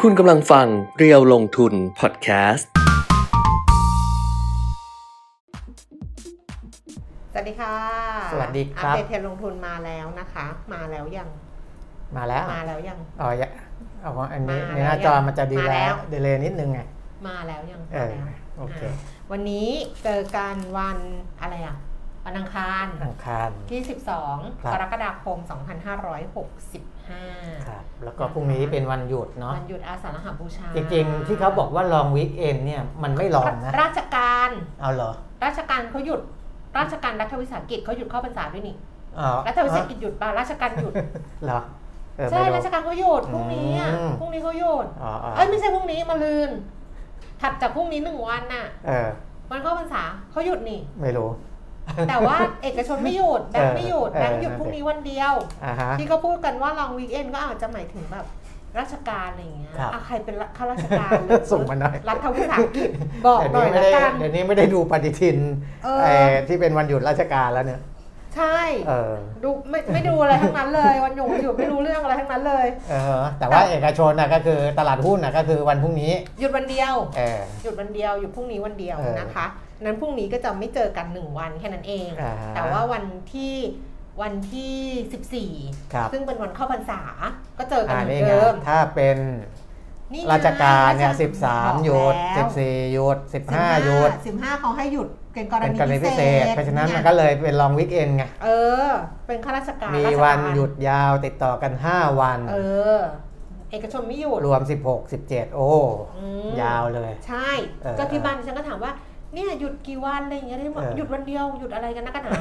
คุณกำลังฟังเรียวลงทุนพอดแคสต์ สวัสดีค่ะ สวัสดีครัอับปเดตเทรนด์ลงทุนมาแล้วนะคะ มาแล้วยัง มาแล้ว มาแล้วยัง อ๋ออย่าเอาของอันนี้ มา ใน แล้ว หน้าจอมันจะดี มาแล้ แล้ว วดีเลยนิดนึงไง มาแล้วยัง เออ มาแล้ว โอเค าวันนี้เจอกันวันอะไรอ่ะ วันอังคาร อังคาร ที่ 12 ครับ กรกฎาคม 2565 ครับ แล้วก็พรุ่งนี้เป็นวันหยุดเนาะ วันหยุดอาสาฬหบูชา จริงๆที่เขาบอกว่าลองวีคเอนเนี่ยมันไม่ลองนะ ราชการ เอาเหรอ ราชการเขาหยุด ราชการรัฐวิสาหกิจเขาหยุดเข้าพรรษาด้วยนี่ อ๋อ รัฐวิสาหกิจหยุดป่ะราชการหยุด เหรอเออ ใช่ ไม่รู้ ราชการเขาหยุดพรุ่งนี้อ่ะ อืม พรุ่งนี้เขาหยุด อ๋ออ๋อ เอ้ยไม่ใช่พรุ่งนี้มาลืน ถัดจากพรุ่งนี้หนึ่งวันน่ะ เออ วันเข้าพรรษาเขาหยุดนี่ ไม่รู้ แต่ ว่า เอกชนไม่หยุดแบงค์ไม่หยุด เออ แบงค์หยุด เออ พรุ่งนี้วันเดียว อ่าฮะ ที่เขาพูดกันว่าลองวีคเอนก็อาจจะหมายถึงแบบ ราชการอะไรอย่างเงี้ย ครับ อ่ะใครเป็นข้าราชการหรือ ส่งมาหน่อย รัฐวิสาหกิจบอกหน่อย เดี๋วไม่ ละ ได้ กัน เดี๋ยวนี้ไม่ได้ดูปฏิทิน เออ เอ่อที่เป็นวันหยุดราชการแล้วเนี่ย ใช่ เออ ดูไม่ไม่ดูอะไรทั้งนั้นเลยวันหยุดหยุดไม่รู้เรื่องอะไรทั้งนั้นเลย เออ แต่ว่าเอกชนนะก็คือตลาดหุ้นนะก็คือวันพรุ่งนี้ หยุดวันเดียว เออ หยุดวันเดียวหยุดพรุ่งนี้วันเดียว เออ นะคะนั้นพรุ่งนี้ก็จะไม่เจอกันหนึ่งวันแค่นั้นเอง อ่า แต่ว่าวันที่วันที่ 14 ครับ ซึ่งเป็นวันเข้าพรรษา ก็เจอกัน อ่า เหมือ นี่ น ไง เดิม ถ้าเป็น นี่ไง ราชการเนี่ยสิบสามหยุด แล้วสิบสี่หยุดสิบ 15 ห้าหยุด สิบห้าเขาให้หยุดเป็นกร เป็น ณี กรณีพิเศษ เพราะฉะนั้นมันก็เลยเป็นลองวิกเอนไง เออ เป็นข้าราชการ มี ราช วั การ นหยุดยาวติดต่อกัน 5 วัน เออ เอกชนไม่หยุด รวม 16 17 โอ้ อืม ยาวเลย ใช่ เออ ก็ที่บ้านฉันก็ถามว่าเนี่ยหยุดกี่วันอะไรอย่างเงี้ยได้บอก เออ หยุดวันเดียวหยุดอะไรกันนะกันหนา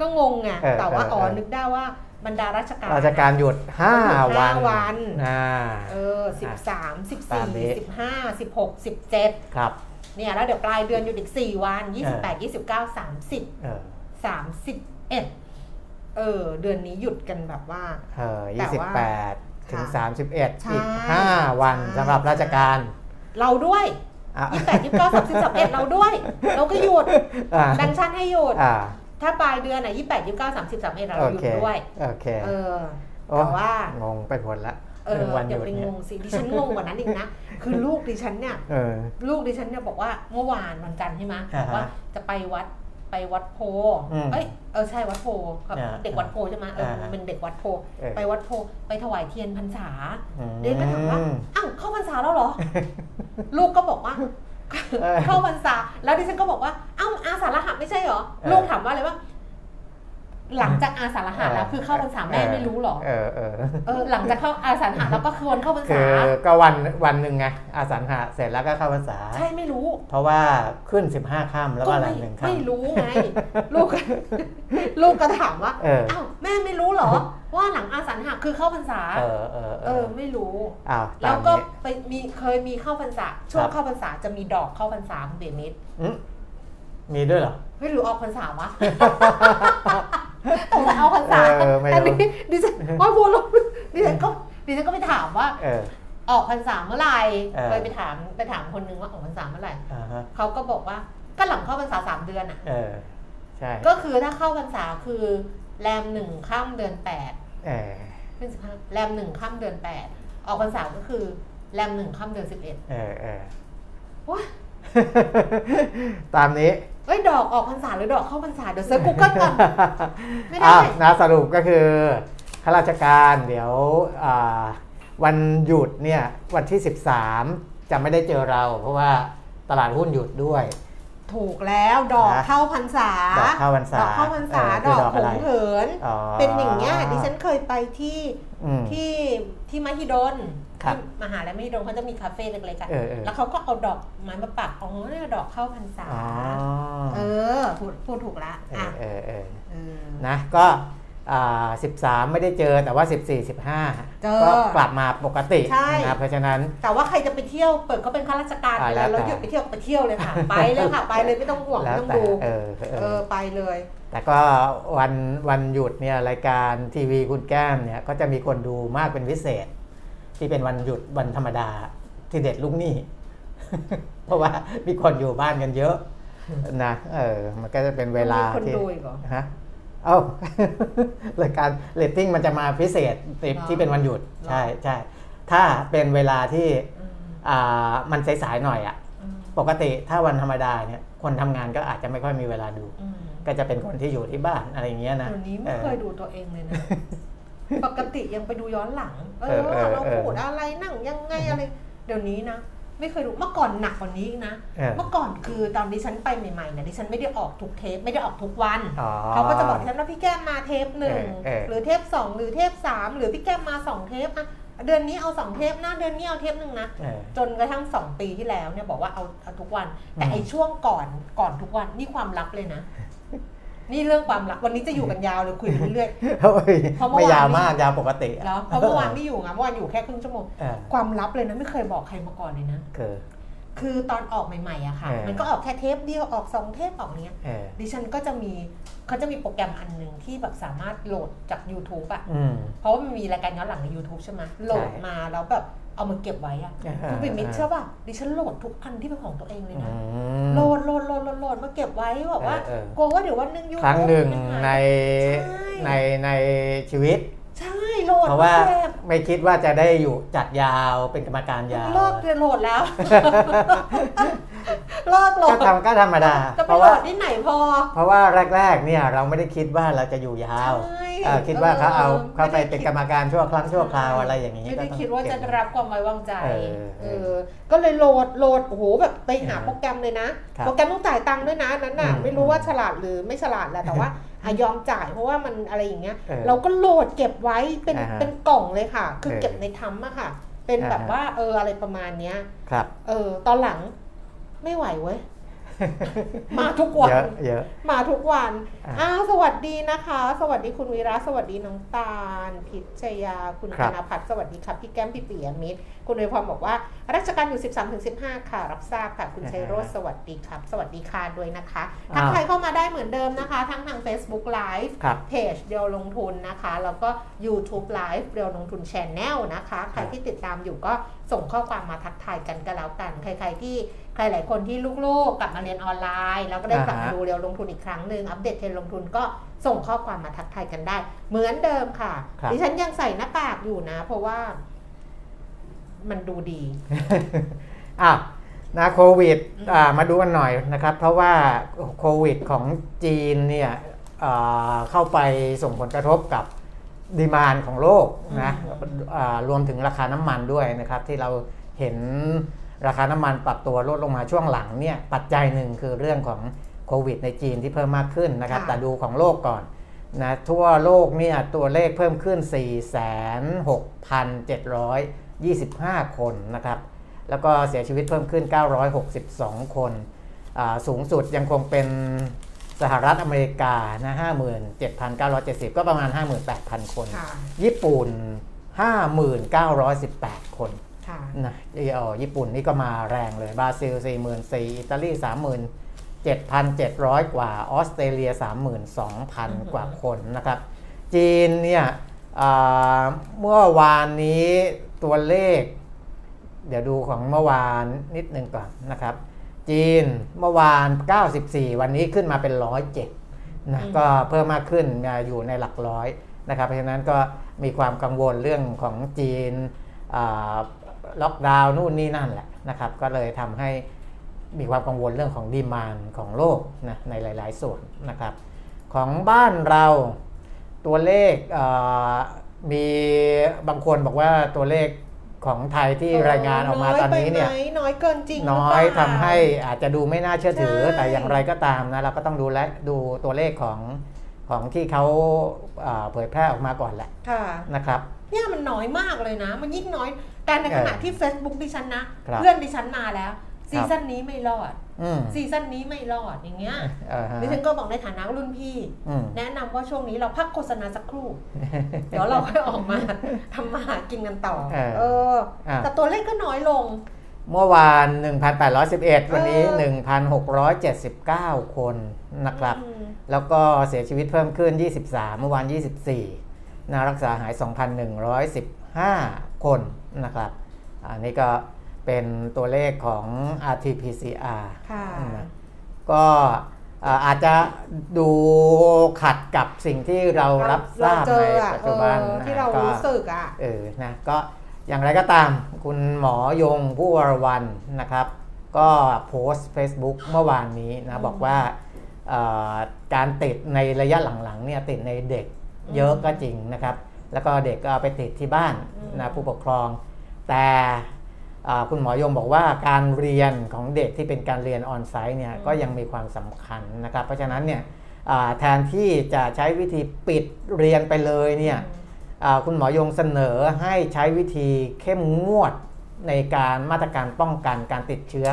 ก็งงไง เออ แต่ว่า เอออ๋ อ๋อ เออ นึกได้ว่าบรรดาราชการ ราชการหยุด 5 วัน ห้าวัน อ่า เออสิบสามสิบ ตามนี้ สี่สิบห้าสิบหกสิบเจ็ด ครับ เนี่ยแล้วเดี๋ยวปลายเดือนหยุดอีกสี่วันยี่สิบแปดยี่สิบเก้าสามสิบ เออ สามสิบเอ็ดเออ เดือนนี้หยุดกันแบบว่า เออ แต่ว่า 28 ถึง ค่ะ 31 ใช่ อีก 5 วัน ใช่ สำหรับราชการ เราด้วย อ่ะ ยี่สิบแปดยี่สิบเก้าสามสิบสามเอ็ดเราด้วย เราก็หยุด อ่า แบงค์ชาติให้หยุด อ่า ถ้าปลายเดือนอ่ะยี่สิบแปดยี่สิบเก้าสามสิบสามเอ็ดเรา โอ หยุด เค ด้วย โอเค เออ โอ้ แต่ว่า งงไปหมดละ เออ เรื่องวันห อย่า ยุด ไปง เนี่ย งสิดิฉันงงกว่านั้นอีกนะ คือลูกดิฉันเนี่ย เออ ลูกดิฉันเนี่ยบอกว่าเมื่อวานวันจันทร์ใช่ไหม อ่าฮะ ว่าจะไปวัดไปวัดโพ อืม เอ้ยเออใช่วัดโพครับ อ่า เด็กวัดโพใช่ไหมเอออา ฮะ เป็นเด็กวัดโพ เออ ไปวัดโพไปถวายเทียนพรรษา อืม เด็กก็ถามว่าอ้าวเข้าพรรษาแล้วเหร อ ลูกก็บอกว่า เออ เข้าพรรษา แล้วดิฉันก็บอกว่าอ้าวอาสาฬหะไม่ใช่เหรอ เออ ลูกถามว่าอะไรว่า หลังจากอาสาฬหะแล้วคือเข้าพรรษาแม่ไม่รู้เหรอ เออเออ เออหลังจากเข้าอาสาฬหะแล้วก็คือวันเข้าพรร คื ษา อก็วันวันหนึ่งไงอาสันหะเสร็จแล้วก็เข้าพรรษา ใช่ไม่รู้ เพราะว่าขึ้น 15ค่ำแล้ว ก็ ก็อะไร ไม่ หนึ่งค่ ไม่รู้ไง ลูก ก็ ลูกก็ถามว่า เอออ้ วแม่ไม่รู้เหรอ ว่าหลังอาสาฬหะคือเข้าพรรษา ำเออเออ เออไม่รู้ อ้าวตา แล้ว ม ก็ นี้ ไปมีเคยมีเข้าพรรษาช่วงครับ เข้าพรรษาจะมีดอกเข้าพรรษาคุณเบมิด อืมมีด้วยเหรอ ไม่รู้ออกพรรษาวะ ต้องไปเอาพรรษา เออไม่รู้ อันนี้ดิฉันว่าบัวลงดิฉันก็ดิฉันก็ไปถามว่า เออ ออกพรรษาเมื่อไหร่ เออ เคยไปถามไปถามคนนึงว่าออกพรรษาเมื่อไหร่ อ่าฮะ เขาก็บอกว่าก็หลังเข้าพรรษาสามเดือนอ่ะ เออใช่ ก็คือถ้าเข้าพรรษาคือแรมหนึ่งข้ามเดือนแปด เออ ขึ้นสิบห้าแรมหนึ่งข้ามเดือนแปดออกพรรษาก็คือแรมหนึ่งข้ามเดือนสิบเอ็ด เออเอ อ ว้า ตามนี้ เอ้ยดอกออกพรรษาหรือดอกเข้าพรรษาเดี๋ยวเซิร์ชกูเกิล ก่อน ไม่ได้ อ้าวนะสรุปก็คือข้าราชการเดี๋ยวอ่าวันหยุดเนี่ยวันที่ 13 จะไม่ได้เจอเรา เพราะว่าตลาดหุ้นหยุดด้วย ถูกแล้วดอก นะ เข้าพรรษา ดอกเข้าพรรษา ดอกเข้าพรรษา เออดอกหคือดอกอะไร งเหิน อ๋อ เป็นอย่างเงี้ยดิฉันเคยไปที่ อืม ที่ที่มหิดล ครับ ที่มหาลัยมหิดลเขาจะมีคาเฟ่เล็กๆอะ เออเออ แล้วเขาก็เอาดอกไม้มาปักอ๋อเนี่ยดอกเข้าพรรษา อ๋อ เออพูดพูดถูกละ เอ อ่ะ อเออเออ เออ นะก็อ่า13 ไม่ได้เจอแต่ว่า 14 เจอ 15 ก็กลับมาปกติ ใช่ นะครับเพราะฉะนั้น แต่ว่าใครจะไปเที่ยวเปิดก็เป็นข้าราชการ อ่า ไป แล้ แล้ว วแต่ เราหยุดไปเที่ยวก็ไปเที่ยว เลยค่ะ ไปเลยค่ะ ไปเลยไม่ต้องห่วง แล้ ไม่ ว ต้อง แต่ ดู เออเอ เอ อ อไปเลย แต่ก็วันวันหยุดเนี่ยรายการทีวีคุณแก้มเนี่ยก็จะมีคนดูมากเป็นพิเศษ ที่เป็นวันหยุดวันธรรมดาที่เด็ดลูกหนี้ เพราะว่ามีคนอยู่บ้านกัน เยอะนะเออมันก็จะเป็นเวลา มีคน ที่ ดูอีกเหรอ ฮะเอ้า รายการเรตติ้งมันจะมาพิเศษที่ หรอ ที่เป็นวันหยุด หรอ ใช่ใช่ ถ้าเป็นเวลาที่ อื อ่ามันสายๆหน่อยอะ่ะ อืม ปกติถ้าวันธรรมดาเนี่ยคนทำงานก็อาจจะไม่ค่อยมีเวลาดู อืม ก็จะเป็นคนที่อยู่ที่บ้านอะไรอย่างเงี้ยนะ เดี๋ยวนี้ไม่เคย ออ ดูตัวเอง เลยนะ ปกติยังไปดูย้อนหลัง เอ เอ อ อเออ เรา เออ พูดอะไรนั่งยังไงอะไร เดี๋ยวนี้นะ ไม่เคยดูเมื่อก่อนหนักกว่านี้อีกนะ เออ เมื่อก่อนคือตอนดิฉันไปใหม่ๆเนี่ยดิฉันไม่ได้ออกทุกเทปไม่ได้ออกทุกวัน อ๋อ เขาก็จะบอกดิฉันว่าพี่แก้มมาเทปหนึ่ง เออเออ หรือเทปสองหรือเทปสามหรือพี่แก้มมาสองเทปอะเดือนนี้เอาสองเทปนะเดือนนี้เอาเทปหนึ่งนะ เอ อ จนกระทั่งสองปีที่แล้วเนี่ยบอกว่าเอาเอาทุกวัน แต่ อืม ไอ้ช่วงก่อนก่อนทุกวันนี่ความลับเลยนะ นี่เรื่องความลับวันนี้จะอยู่กันยาวเลยคุยไปเรื่อย โอ้ย เพราะเมื่อวาน ไม่ยาวมากยาวปกติอะ แล้วเพราะเมื่อวานไม่อยู่ไงเมื่อวานอยู่แค่ครึ่งชั่วโมง เออ ความลับเลยนะไม่เคยบอกใครมาก่อนเลยนะ คือ คือตอนออกใหม่ๆอะค่ะ เออ มันก็ออกแค่เทปเดียวออกสองเทปออกเนี้ย เออ ดิฉันก็จะมีเขาจะมีโปรแกรมอันหนึ่งที่แบบสามารถโหลดจาก YouTube อะ อืม เพราะว่ามันมีรายการย้อนหลังใน YouTube ใช่ไหมโหลดมาแล้วแบบเอามาเก็บไว้อะคุณปิ่มมิตรเชื่อป่ะดิฉันโหลดทุกอันที่เป็นของตัวเองเลยนะ โหลดโหลดโหลดโหลดโหลดมาเก็บไว้แบบว่า เออเออ กลัวว่าเดี๋ยววันหนึงยู ครั้งหนึ่งใน ใช่ ในในชีวิต ใช่โหลด เพราะว่า แซ่บ ไม่คิดว่าจะได้อยู่จัดยาวเป็นกรรมการยาว เลิกโหลดแล้ว เลิกโหล ก็ ด ทำก็ธรรมดา จะ เพ ไป ราะ โหล ว่า ดที่ไหนพอ เพราะว่าแรก ๆ เนี่ยเราไม่ได้คิดว่าเราจะอยู่ยาว ใช่ เอ่อคิดว่าเขาเอา เออ เขาไป ไม่ได้คิด เป็นกรรมการชั่วครั้งชั่วคราวอะไรอย่างนี้ ไม่ได้ ก็ต้อง คิดว่าจะ เก็บ รับความไว้วางใจ เออเออ เออก็เลยโหลดโหลดโอ้โหแบบไปหา เออ โปรแกรมเลยนะ ครับ โปรแกรมต้องจ่ายตังค์ด้วยนะอันนั้นน่ะ อืม ไม่รู้ว่าฉลาดหรือไม่ฉลาดแหละแต่ว่าอะยอมจ่ายเพราะว่ามันอะไรอย่างเงี้ย เออ เราก็โหลดเก็บไว้เป็น อ่าฮะ เป็นกล่องเลยค่ะ คือ เออ เก็บในทัมอะค่ะ เป็น อ่าฮะ แบบว่าเอออะไรประมาณเนี้ย ครับ เออ ตอนหลังไม่ไหวเว้ย มาทุกวัน เยอะเยอะ มาทุกวัน อ่ะ อ้าวสวัสดีนะคะ สวัสดีคุณวีระ สวัสดีน้องตาล พิชยา คุณธครับ นพัฒน์สวัสดีครับ พี่แก้มพี่ปิยมิตร คุณอวยพรบอกว่า ราชการอยู่ 13-15 ค่ะ รับทราบค่ะ คุณชัยโรจน์สวัสดีครับ สวัสดีค่ะด้วยนะคะ ทักทายเข้ามาได้เหมือนเดิมนะคะ ทั้งทาง Facebook Live ครับ เพจเดียวลงทุนนะคะ แล้วก็ YouTube Live เดียวลงทุน Channel นะคะ ใครที่ติดตามอยู่ก็ส่งข้อความมาทักทายกันก็แล้วกัน ใครๆที่ใครหลายคนที่ลูกๆกลับมาเรียนออนไลน์ แล้วก็ได้ อ่าฮะ กลับมาดูเรียวลงทุนอีกครั้งหนึ่งอัปเดตเทรนด์ลงทุนก็ส่งข้อความมาทักทายกันได้ เหมือนเดิมค่ะ ครับ ดิฉันยังใส่หน้ากากอยู่นะ เพราะว่ามันดูดี อ่ะนะโควิดอ่ามาดูกันหน่อยนะครับ เพราะว่าโควิดของจีนเนี่ยอ่าเข้าไปส่งผลกระทบกับดีมานของโลกนะอ่ารวมถึงราคาน้ำมันด้วยนะครับ ที่เราเห็นราคาน้ำมันปรับตัวลดลงมาช่วงหลังเนี่ยปัจจัยหนึ่งคือเรื่องของโควิดในจีนที่เพิ่มมากขึ้นนะครับ ค่ะ แต่ดูของโลกก่อนนะทั่วโลกเนี่ยตัวเลขเพิ่มขึ้น 46,725 คนนะครับ แล้วก็เสียชีวิตเพิ่มขึ้น 962 คนอ่าสูงสุดยังคงเป็นสหรัฐอเมริกานะ57,970 ก็ประมาณ 58,000 คน ค่ะ ญี่ปุ่น 5,918 คน ค่ะ นะเออญี่ปุ่นนี่ก็มาแรงเลย บราซิล 44,000อิตาลี 37,700 กว่า ออสเตรเลีย 32,000 กว่าคนนะครับ จีนเนี่ยอ่าเมื่อวานนี้ตัวเลข เดี๋ยวดูของเมื่อวานนิดหนึ่งก่อนนะครับ จีนเมื่อวาน 94 วันนี้ขึ้นมาเป็น 107นะ อืม ก็เพิ่มมากขึ้นมาอยู่ในหลักร้อยนะครับ เพราะฉะนั้นก็มีความกังวลเรื่องของจีนอ่าล็อกดาวน์นู่นนี่นั่นแหละนะครับ ก็เลยทำให้มีความกังวลเรื่องของดีมานของโลกนะในหลาย ๆ ส่วนนะครับ ของบ้านเราตัวเลขเอ่อมีบางคนบอกว่าตัวเลขของไทยที่รายงานออกมาตอนนี้เนี่ย อยไปไหมน้อยเกินจริงหรื น้ เป อ ล่า ยทำให้อาจจะดูไม่น่าเชื่อถือ ใช่ แต่อย่างไรก็ตามนะเราก็ต้องดูและดูตัวเลขของของที่เขาเอ่อเผยแพร่ออกมาก่อนแหละ ค่ะ นะครับ เนี่ยมันน้อยมากเลยนะ มันยิ่งน้อย แต่ในขณะ เออ ที่ Facebook ดิฉันนะครับ เพื่อนดิฉันมาแล้ว บ ซีซั่นนี้ไม่รอด อืม ซีซั่นนี้ไม่รอดอย่างเงี้ย เออฮะ ดิฉันก็บอกในฐานะรุ่นพี่ อืม แนะนำว่าช่วงนี้เราพักโฆษณาสักครู่ เดี๋ยวเราค่อยออกมาทำมาหากินกันต่อ เออ เออ อ่ะ แต่ตัวเลขก็น้อยลง เมื่อวาน 1,811 วันนี้ เออ 1,679 คนนะครับ อืม แล้วก็เสียชีวิตเพิ่มขึ้น 23 เมื่อวาน 24นะรักษาหาย 2,115 คนนะครับ อันนี้ก็เป็นตัวเลขของ RT-PCR ค่ะ นะก็เอ่ออาจจะดูขัดกับสิ่งที่เรารับทราบ เเจ ใน ออะ ปัจจุบัน เออที่ นะ เรา ก็ รู้สึกอ่ะ เออนะก็ อย่างไรก็ตามคุณหมอยงผู้วรวันนะครับ ก็โพสต์ Facebook เมื่อวานนี้นะบอกว่าเอ่อการติดในระยะหลังๆเนี่ยติดในเด็กเยอะก็จริงนะครับ แล้วก็เด็กก็เอาไปติดที่บ้าน อืม นะผู้ปกครอง แต่เอ่อคุณหมอยงบอกว่าการเรียนของเด็กที่เป็นการเรียนออนไซต์เนี่ยก็ยังมีความสำคัญนะครับ เพราะฉะนั้นเนี่ยเอ่อแทนที่จะใช้วิธีปิดเรียนไปเลยเนี่ย อ่าคุณหมอยงเสนอให้ใช้วิธีเข้มงวดในการมาตรการป้องกันการติดเชื้อ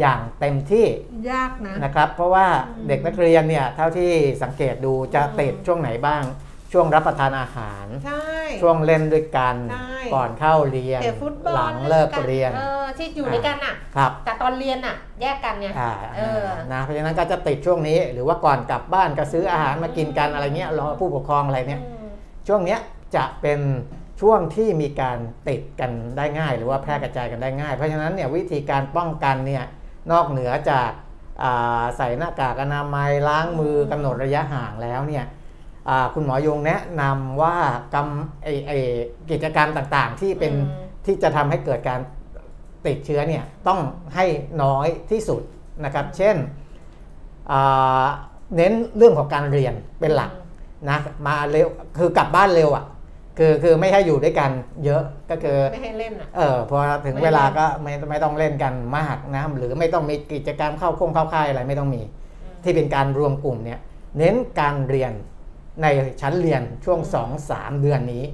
อย่างเต็มที่ ยากนะ นะครับ เพราะว่า อืม เด็กนักเรียนเนี่ยเท่าที่สังเกตดูจะ อืม ติดช่วงไหนบ้าง ช่วงรับประทานอาหาร ใช่ ช่วงเล่นด้วยกัน ใช่ ก่อนเข้าเรียน เตะฟุตบอล หลังเลิกเรียน เออที่อยู่ด้วยกันอ่ะ ครับ แต่ตอนเรียนอ่ะ แยกกันไง อ่า เออ นะเพราะฉะนั้นก็จะติดช่วงนี้ หรือว่าก่อนกลับบ้านก็ซื้ออาหารมากินกันอะไรเงี้ยรอผู้ปกครองอะไรเนี่ย ช่วงเนี้ยจะเป็นช่วงที่มีการติดกันได้ง่าย หรือว่าแพร่กระจายกันได้ง่าย เพราะฉะนั้นเนี่ยวิธีการป้องกันเนี่ยนอกเหนือจากอ่าใส่หน้ากากอนามัยล้างมือ อืม กำหนดระยะห่างแล้วเนี่ยอ่าคุณหมอยงแนะนำว่ากำไอไอกิจกรรมต่างๆ ที่เป็นที่จะทำให้เกิดการติดเชื้อเนี่ยต้องให้น้อยที่สุดนะครับ เช่นอ่าเน้นเรื่องของการเรียนเป็นหลัก นะมาเร็วคือกลับบ้านเร็วอ่ะคือคือไม่ให้อยู่ด้วยกันเยอะก็คือ ไม่ให้เล่นอ่ะ เออพอถึง ไม่ เวลาก็ไม่ไม่ต้องเล่นกันมากนะหรือไม่ต้องมีกิจกรรมเข้าคงเข้าค่ายอะไรไม่ต้องมี ที่เป็นการรวมกลุ่มเนี่ยเน้นการเรียนในชั้นเรียนช่วง 2-3 เดือนนี้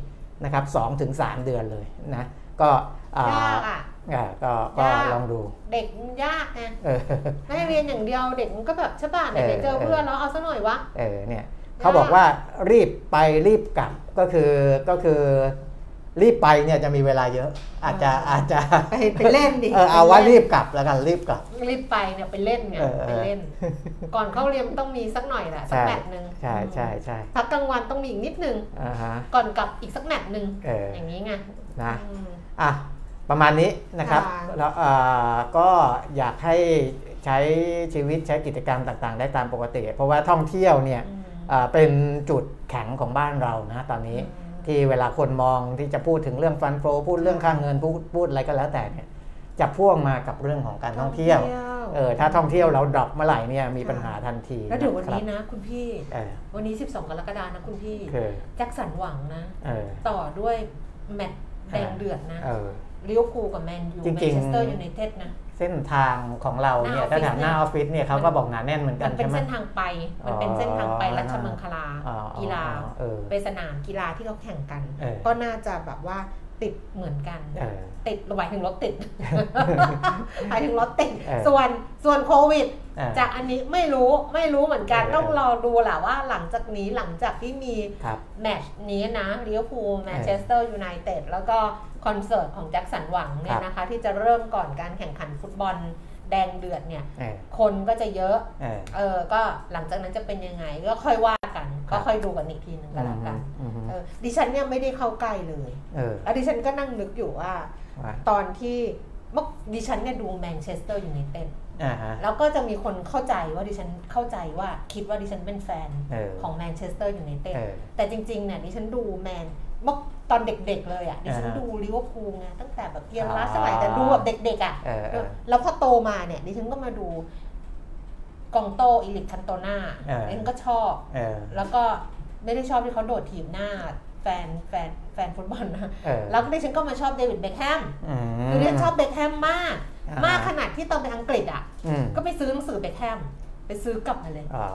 นะครับ2ถึง3เดือนเลยนะก็อ่าย ากอ่ะ อ่าก็ก็ ยาก ลองดู เด็กมันยากไง เออ ไม่ให้เรียนอย่างเดียวเด็กมันก็แบบใช่ป่ะไหนไปเจอ เออ เพื่อนแล้วเอาซะหน่อยวะ เออเนี่ยเขาบอกว่ารีบไปรีบกลับก็คือก็คือรีบไปเนี่ยจะมีเวลาเยอะ อาจจะ อ่า อาจจะ ไปไปเล่นดิ เออเอาว่ารีบกลับแล้วกันรีบกลับ รีบไปเนี่ยไปเล่นไง เออเออ ไปเล่น ก่อนเข้าเรียนต้องมีสักหน่อยแหละสัก ใช่ แมตช์หนึ่ง ใช่ใช่ใช่ พักกลางวันต้องมีอีกนิดนึง อ่าฮะ ก่อนกลับอีกสักแมตช์หนึ่ง เออ อย่างนี้ไง นะ อืม อ่ะประมาณนี้นะครับ ค่ะ แล้วเอ่อก็อยากให้ใช้ชีวิตใช้กิจกรรมต่างๆ ได้ตามปกติ เพราะว่าท่องเที่ยวเนี่ย อืม เอ่อเป็นจุดแข็งของบ้านเรานะตอนนี้ ที่เวลาคนมองที่จะพูดถึงเรื่องฟันโฟพูดเรื่องค่าเงินพูดพูดอะไรก็แล้วแต่เนี่ยจะพ่วงมากับเรื่องของการท่องเที่ยวเออถ้าท่องเที่ยวเราดรอปเมื่อไหร่เนี่ยมีปัญหาทันที แล้วเดี๋ยววันนี้ ครับ นะคุณพี่ เออ วันนี้ 12 กรกฎานะคุณพี่ คือ แจ็คสันหวังนะ เออ ต่อด้วยแมตช์แดงเดือดนะ เออ เลี้ยวคูลกับแมนยู จริง แม ๆ นเชสเตอร์ยูไนเต็ดนะ เส้นทางของเราเนี่ย หน้าออฟฟิศ ถ้าถามหน้าออฟฟิศเนี่ยเขา มัน ก็บอกหนาแน่นเหมือนกั มัน นเป็น ใช่ไหม เส้นทางไป มันเป็นเส้นทางไป อ๋อ รัชมังคลา อ๋อ กีฬา เออ ไปสนามกีฬาที่เขาแข่งกัน เออ ก็น่าจะแบบว่าติดเหมือนกัน เออ ติดหมายถึงรถติด หมายถึงรถติด เออ ส่วนส่วนโควิด เออ จากอันนี้ไม่รู้ไม่รู้เหมือนกัน เออ ต้องรอดูแหละว่าหลังจากนี้หลังจากที่มี ครับ แมตช์นี้นะลิเวอร์พูลแมนเชสเตอร์ยูไนเต็ดแล้วก็คอนเสิร์ตของแจ็คสันหวังเนี่ยนะคะ ที่จะเริ่มก่อนการแข่งขันฟุตบอลแดงเดือดเนี่ย เออ คนก็จะเยอะ เออ เออก็หลังจากนั้นจะเป็นยังไงก็ค่อยว่ากัน ก็ค่อยดูกันอีกทีหนึง อื ก็ ม แล้วกัน อืม เออดิฉันเนี่ยไม่ได้เข้าใกล้เลย เออ แล้วดิฉันก็นั่งนึกอยู่ว่า ว่า ตอนที่เมื่อดิฉันเนี่ยดูแมนเชสเตอร์ยูไนเต็ด อ่าฮะ แล้วก็จะมีคนเข้าใจว่าดิฉันเข้าใจว่าคิดว่าดิฉันเป็นแฟน เออ ของแมนเชสเตอร์ยูไนเต็ด เออ แต่จริงๆเนี่ยดิฉันดูแมนเมื่อตอนเด็กๆเลยอ่ะดิฉัน อ่าฮะ ดูลิเวอร์พูลไงตั้งแต่แบบเพียง อ๋อ ล้าสมัยแต่ดูแบบเด็กๆอ่ะ เออเออ แล้วพอโตมาเนี่ยดิฉันก็มาดูกองโตอิลิคคันโตนา เออ ดิฉันก็ชอบ เออ แล้วก็ไม่ได้ชอบที่เขาโดดถีบหน้าแฟนแฟนแฟนฟุตบอลนะ เออ แล้วดิฉันก็มาชอบเดวิดเบคแฮม อืม คือดิฉันชอบเบคแฮมมาก อ่าม มากขนาดที่ตอนไปอังกฤษอ่ะ อืม ก็ไปซื้อหนังสือเบคแฮมไปซื้อกลับมาเลย อ๋อ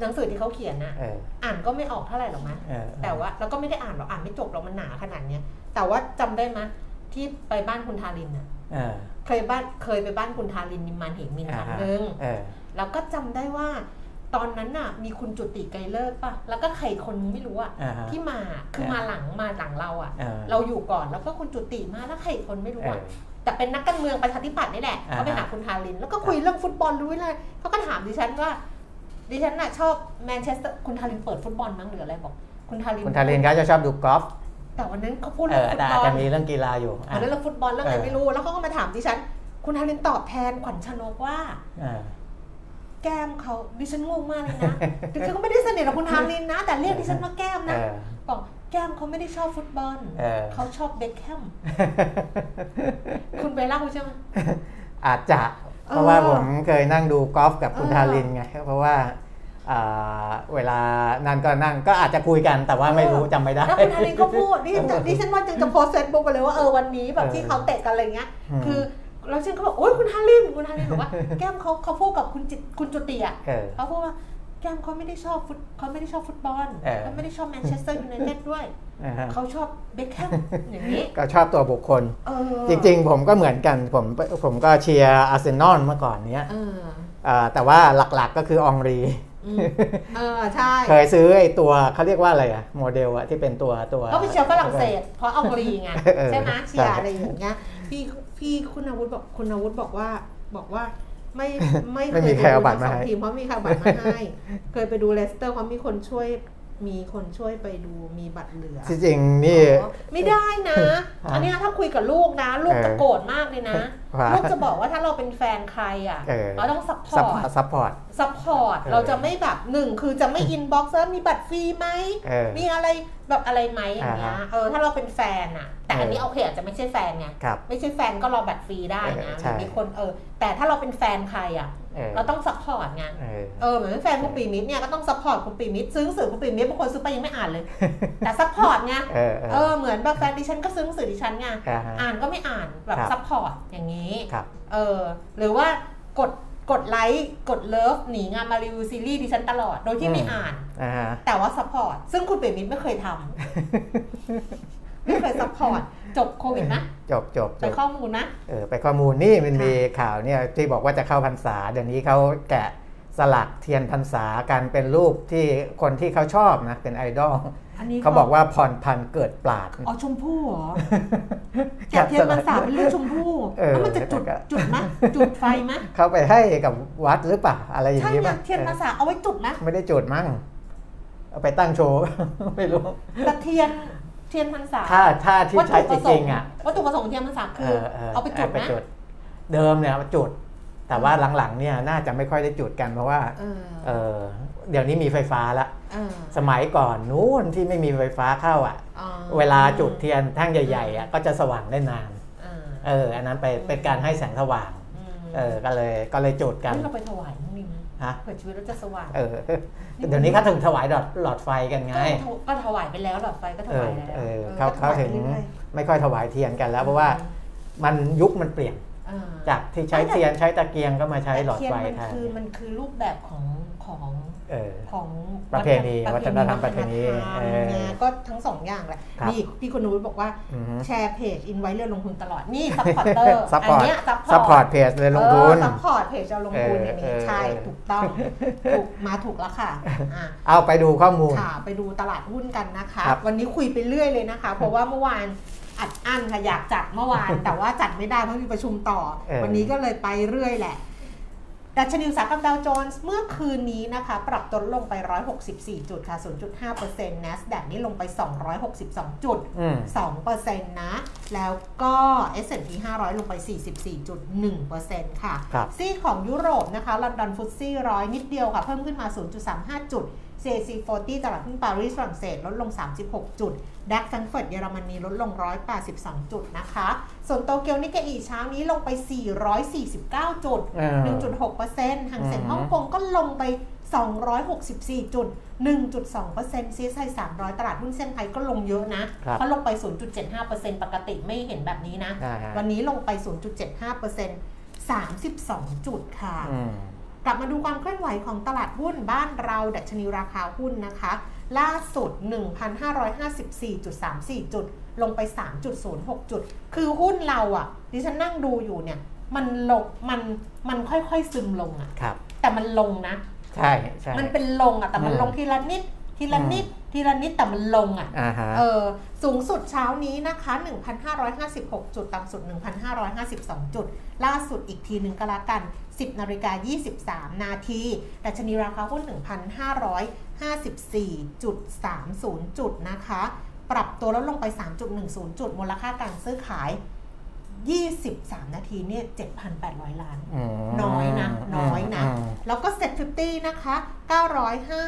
หนังสือที่เขาเขียนนะ เออ อ่านก็ไม่ออกเท่าไหร่หรอกมั้ย เออ แต่ว่าเราก็ไม่ได้อ่านหรอกอ่านไม่จบหรอกมันหนาขนาดเนี้ยแต่ว่าจำได้มั้ยที่ไปบ้านคุณทารินน่ะ เออ เคยบ้านเคยไปบ้านคุณทารินนิมมานเหมินครั้งหนึ่ง เออ แล้วก็จำได้ว่า ตอนนั้นน่ะ มีคุณจุติไกรเลิกษ์ป่ะแล้วก็ใครคนนึงไม่รู้อ่ะ อ่าฮะ ที่มาคือมาหลังมาหลังเราอ่ะ เออ เราอยู่ก่อนแล้วก็คุณจุติมาแล้วใครอีกคนไม่รู้ เอ อ่ะ อ แต่เป็นนักการเมืองประชาธิปัตย์นี่แหละ อ่าฮะ เขาไปหาคุณทาริน แล้วก็คุยเรื่องฟุตบอลด้วยเลยเขาก็ถามดิฉันว่า ดิฉันน่ะชอบแมนเชสเตอร์คุณทารินเปิดฟุตบอลมั้งหรืออะไรบอก คุณทาริน คุณทารินเขาจะชอบดูกอล์ฟ แต่วันนั้นเขาพูด เอ เรื่อง อ ฟุต แต่ บ อาจ อล จะมีเรื่องกีฬาอยู่ วันนั้นเรื่องฟุตบอลเรื่องอะไรไม่รู้ แล้วเขาก็มาถามดิฉัน คุณทารินตอบแทนขวัญชนกว่า อ่า แก้มเขา ดิฉันงงมากเลยนะดิฉันก็ไม่ได้สนิทกับคุณทารินนะ แต่เรียกดิฉันว่าแก้มนะ เออ บอก แก้มเขาไม่ได้ชอบฟุตบอล เออ เขาชอบเบคแฮม คุณไปเล่าใช่ไหม อาจจะ เออ เพราะว่าผมเคยนั่งดูกอล์ฟกับคุณ เออ ทารินไงเพราะว่าอ่าเวลานั่นก็นั่งก็อาจจะคุยกันแต่ว่าไม่ เออ รู้จำไม่ได้ แล้วคุณอารินก็พูดดิฉันดิฉันว่าจึง จะโพสต์เฟซบุ๊กไปเลยว่าเออวันนี้แบบที่เขาเตะกันอะไรเงี้ย อืม คือแล้วฉันก็บอกโอ๊ยคุณฮารินคุณฮารินบอกว่า แก้มเขาเขาพูดกับคุณจิตคุณจุติอ่ะ เออ เขาพูดว่าแก้มเขาไม่ได้ชอบฟุตเขาไม่ได้ชอบฟุตบอล เออ เขาไม่ได้ชอบแมนเชสเตอร์ยูไนเต็ดด้วย นะฮะ เขาชอบเบคแฮมอย่างนี้ ก็ชอบตัวบุคคล เออ จริงๆ ผมก็เหมือนกันผมผมก็เชียร์อาร์เซนอลเมื่อก่อนเนี้ย เออ เอ่อแต่ว่าหลักๆก็คืออองรี อืมเออใช่ เคยซื้อไอ้ตัวเขาเรียกว่าอะไรอะโมเดลอะที่เป็นตัวตัว เขาไปเชียร์ฝรั่งเศส เพราะอองรีไง เออ ใช่ไหมเชีย ใช่ ร์อะไรอย่างเงี้ยพี่พี่คุณอาวุธบอกคุณอาวุธบอกว่าบอกว่าไม่ไม่ ไม่มีใครเอาบัตรมาให้ ทีมเพราะมีใครเอาบัตรมาให้ เคยไปดูเลสเตอร์เขามีคนช่วยมีคนช่วยไปดูมีบัตรเหลือ ที่จริงนี่ อ๋อไม่ได้นะ ฮะ อันเนี้ยถ้าคุยกับลูกนะ ลูกจะ เออ โกรธมากเลยนะ ว่า ลูกจะบอกว่าถ้าเราเป็นแฟนใครอ่ะ เออ เราต้องซัพพอ ซัพพอ ร์ ร์ ต ตซัซัพพอร์ตพพอร์ต เออ เราจะไม่แบบหนึ่งคือจะไม่อินบ็อกซ์มีบัตรฟรีไหม เออ มีอะไรแบบอะไรไหมอย่างเงี้ย อ่าฮะ เออถ้าเราเป็นแฟนอ่ะ แต่อันนี้ เออ โอเคอาจจะไม่ใช่แฟนไง ครับ ไม่ใช่แฟนก็รอบัตรฟรีได้นะ เออใช่ มีคนเออแต่ถ้าเราเป็นแฟนใครอ่ะ เออ เราต้องซัพพอร์ตไง เออ เออเหมือนแฟนคุณปีมิตรเนี่ยก็ต้องซัพพอร์ตคุณปีมิตรซื้อหนังสือคุณปีมิตรบางคนซื้อไปยังไม่อ่านเลย แต่ซัพพอร์ตไง เออเออ เออเหมือนแบบแฟนดิฉันก็ซื้อหนังสือดิฉันไง อ่าฮะ อ่านก็ไม่อ่านแบบ ครับ ซัพพอร์ตอย่างนี้ ครับ เออหรือว่ากดกดไลค์กดเลิฟหนีงานมารีวิวซีรีส์ดิฉันตลอดโดยที่ไม่ อืม อ่าน อ่าฮะ แต่ว่าซัพพอร์ตซึ่งคุณเปรมิตรไม่เคยทำ ไม่เคยซัพพอร์ตจบโควิดนะ จบจบจ ไป บ ข้อมูลนะ เออไปข้อมูลนี่มัน ค่ะ มีข่าวเนี่ยที่บอกว่าจะเข้าพรรษา เดี๋ยวนี้เขาแกะสลักเทียนพรรษาการเป็นรูปที่คนที่เขาชอบนะเป็นไอดอล อันนี้ เขาบอกว่าพรพันธุ์เกิดปราด อ๋อชมพู่เหร อแกะเทียนมันสาเป็นลูกชมพู่ เออ แล้วมันจะจุด แล้วก็ จุดไหมจุดไฟ ไหม เขาไปให้กับวัดหรือเปล่าอะไรอย่า ใช่ งนี้ ไง ป่ะ เทียนมัน เอ สาเอาไว้จุดนะ อไม่ได้จุดมั้งเอาไปตั้งโชว์ ไม่รู้ แต่เทียนเทียนพรรษา ถ้าถ้าที่ใช้จริงๆอ่ะ วัตถุประสงค์เทียนพรรษาคือเอาไปจุด เอไป นะ จุด เดิมเนี่ยเอาจุด แต่ว่าหลังๆเนี่ยน่าจะไม่ค่อยได้จุดกันเพราะว่า เออ เออเดี๋ยวนี้มีไฟฟ้าละ เออ สมัยก่อนนู้นที่ไม่มีไฟฟ้าเข้าอ่ะ อ๋อ เวลาจุดเทียนแท่งใหญ่ๆอ่ะก็จะสว่างได้นาน เออ เออ อันนั้นไปเป็นการให้แสงสว่าง อืม เออ ก็เลยก็เลยจุดกัน เฮ้ยเราไปถวายนิดนึง ฮะ เผื่อชีวิตเราจะสว่าง เออ เดี๋ยวนี้เขาถึงถวายหลอดหลอดไฟกันไง ก็ถวก็ถวายไปแล้วหลอดไฟก็ถ เอ วา อย แล้ว เออเขา ก็ เขา ถว ถึ ย ง ไปรื่อย ไม่ค่อยถวายเทียนกัๆนแล้วเพราะว่ามันยุคมันเปลี่ยน เออ จากที่ใช้เทียนใช้ตะเกียงก็มาใช้หลอดไฟ แต่ แท เทียนมันคืนอมันคือรูปแบบของของ เออ ของ ประเพณีวัฒนธรรมประเพณี วัฒนธรรม เออ นะก็ทั้งสองอย่างแหละ ครับ นี่พี่คุณนุ้ยบอกว่า อือฮึ แชร์เพจอินไว้เรือลงทุนตลอด นี่ซัพพอร์เตอร์ ซัพพ อั อร์ต เนี้ยซัพพ ซัพพ อ อ ร์ ร์ ต ตเพจเลยลงทุน ซัพพอร์ตเพจเราลงทุนอย่าง เอ นี้ อเออ ใช่ เออ ถูกต้องถูกมาถูกแล้วค่ะอ่ะ เอาไปดูข้อมูล ค่ะ ไปดูตลาดหุ้นกันนะคะ ครับ วันนี้คุยไปเรื่อยเลยนะคะ เพราะว่าเมื่อวานอัดอั้นค่ะอยากจัดเมื่อ วาน แต่ว่าจัดไม่ได้เพราะมีประชุมต่อ เออ วันนี้ก็เลยไปเรื่อยแหละ ดัชนีอุตสาหกรรมดาวโจนส์เมื่อคืนนี้นะคะ ปรับตัวลงไป 164 จุดค่ะ 0.5% NASDAQ นี่ลงไป 262 จุด อืม 2%นะ แล้วก็ S&P 500 ลงไป 44.1%ค่ะ ครับ ซี่ของยุโรปนะคะ ลอนดอนฟุตซี่ร้อยนิดเดียวค่ะ เพิ่มขึ้นมา 0.35 จุด CAC 40 ตลาดหุ้นปารีสฝรั่งเศส ลดลง 36 จุด ดัคแฟรงก์เฟิร์ตเยอรมนี ลดลง 182 จุดนะคะ ส่วนโตเกียวนิกเกอีเช้านี้ลงไป 449 จุด เออ 1.6%หางเซ็น อืม ฮ่องกงก็ลงไป 264จุด1.2%ซีไซ300 ตลาดหุ้นเซี่ยงไฮ้ก็ลงเยอะนะ ครับ เขาลงไป 0.75%ปกติไม่เห็นแบบนี้นะ อ่าฮะ วันนี้ลงไป 0.75% 32 จุดค่ะ อืม กลับมาดูความเคลื่อนไหวของตลาดหุ้นบ้านเราดัชนีราคาหุ้นนะคะ ล่าสุด 1,554.34 จุด ลงไป 3.06 จุด คือหุ้นเราอะ่ะดิฉันนั่งดูอยู่เนี่ย มันลงมันมันค่อยๆซึมลงอะ่ะ ครับ แต่มันลงนะ ใช่ใช่ มันเป็นลงอะ่ะ แต่มัน อืม ลงทีละนิด ทีละนิด ทีละนิดแต่มันลงอ่ะ อ่าฮะ เออสูงสุดเช้านี้นะคะ 1,556 จุด ต่ำสุด 1,552 จุด ล่าสุดอีกทีหนึ่งก็แล้วกัน 10นาฬิกา23 นาทีดัชนีราคาหุ้น 1,554.30 จุดนะคะ ปรับตัวลดลงไป 3.10 จุด มูลค่าการซื้อขาย 23 นาทีเนี่ย 7,800 ล้าน อืม น้อยนะ น้อยนะ ม แล้วก็เซ็ต50 นะคะ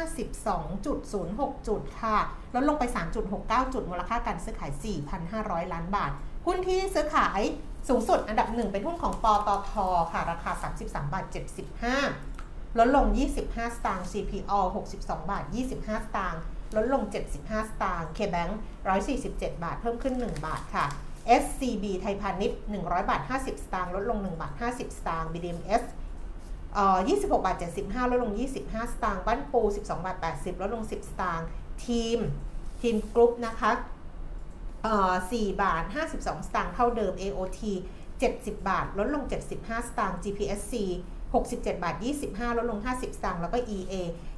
952.06 จุดค่ะ แล้วลงไป 3.69 จุด มูลค่าการซื้อขาย 4,500 ล้านบาท หุ้นที่ซื้อขายสูงสุดอันดับหนึ่งเป็นหุ้นของปตทค่ะ ราคา 33 บาท 75 ลดลง 25 สตางค์ CPO 62 บาท 25 สตางค์ ลดลง 75 สตางค์ KBank 147 บาท เพิ่มขึ้น 1 บาทค่ะ SCB ไทยพาณิชย์ 100 บาท 50 สตางค์ ลดลง 1 บาท 50 สตางค์ BDMs เอ่อ26 บาท 75 ลดลง 25 สตางค์ บ้านปู 12 บาท 80 ลดลง 10 สตางค์ ทีม ทีมกรุ๊ปนะคะเอ่อ4บาท 52 สตางค์ เท่าเดิม AOT 70 บาท ลดลง 75 สตางค์ GPSC 67 บาท 25 ลดลง 50 สตางค์ แล้วก็ EA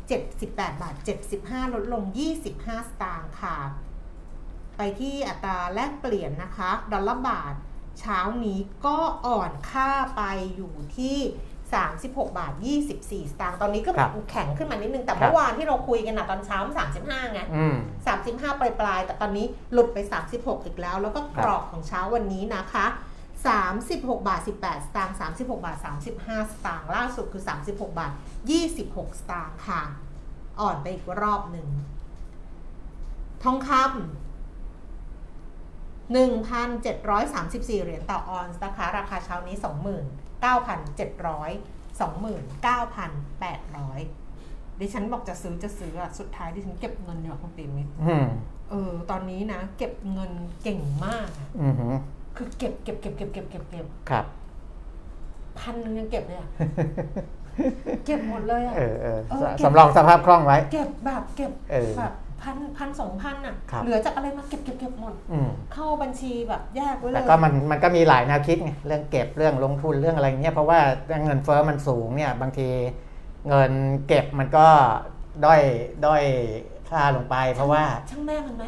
78 บาท 75 ลดลง 25 สตางค์ค่ะ ไปที่อัตราแลกเปลี่ยนนะคะ ดอลลาร์บาท เช้านี้ก็อ่อนค่าไปอยู่ที่ 36 บาท 24 สตางค์ตอนนี้ก็ ครับ แข็งขึ้นมานิดนึง แต่ ครั เมื่ บ อวานที่เราคุยกันนะตอนเช้ามัน35 ไง อืม 35 ปลายปลายๆแต่ตอนนี้หลุดไป 36 อีกแล้ว แล้วก็กรอบของเช้าวันนี้นะคะ 36 บาท 18 สตางค์36 บาท 35 สตางค์ล่าสุดคือ 36 บาท 26 สตางค์ค่ะ อ่อนไปอีกรอบหนึ่ง ทองคำ1,734 เหรียญต่อออนซ์นะคะ ราคาเช้านี้ 29,700 29,800 ดิฉันบอกจะซื้อจะซื้ออะสุดท้ายดิฉันเก็บเงินอยู่อะคุณปิมิต อืม เออตอนนี้นะเก็บเงินเก่งมากอะ อืม คือเก็บเก็บเก็บเก็บเก็บเก็บเก็บ ครับ พันหนึงยังเก็บ เลยอะเก็บหมดเลยอะ เออเออ เออเก็บ สำรองสภาพคล่องไว้ เก็บแบบเก็บ เออ แบบพันพันสองพันอะ ครับ เหลือจากอะไรมาเก็บเก็บเก็บหมด อืม เข้าบัญชีแบบแยกไว้เลย แต่ก็มันมันก็มีหลายแนวคิดไงเรื่องเก็บเรื่องลงทุนเรื่องอะไรเงี้ยเพราะว่าเงินเฟ้อมันสูงเนี่ยบางทีเงินเก็บมันก็ด้อยด้อยค่าลงไป เพราะว่า ช่างแม่มันไหม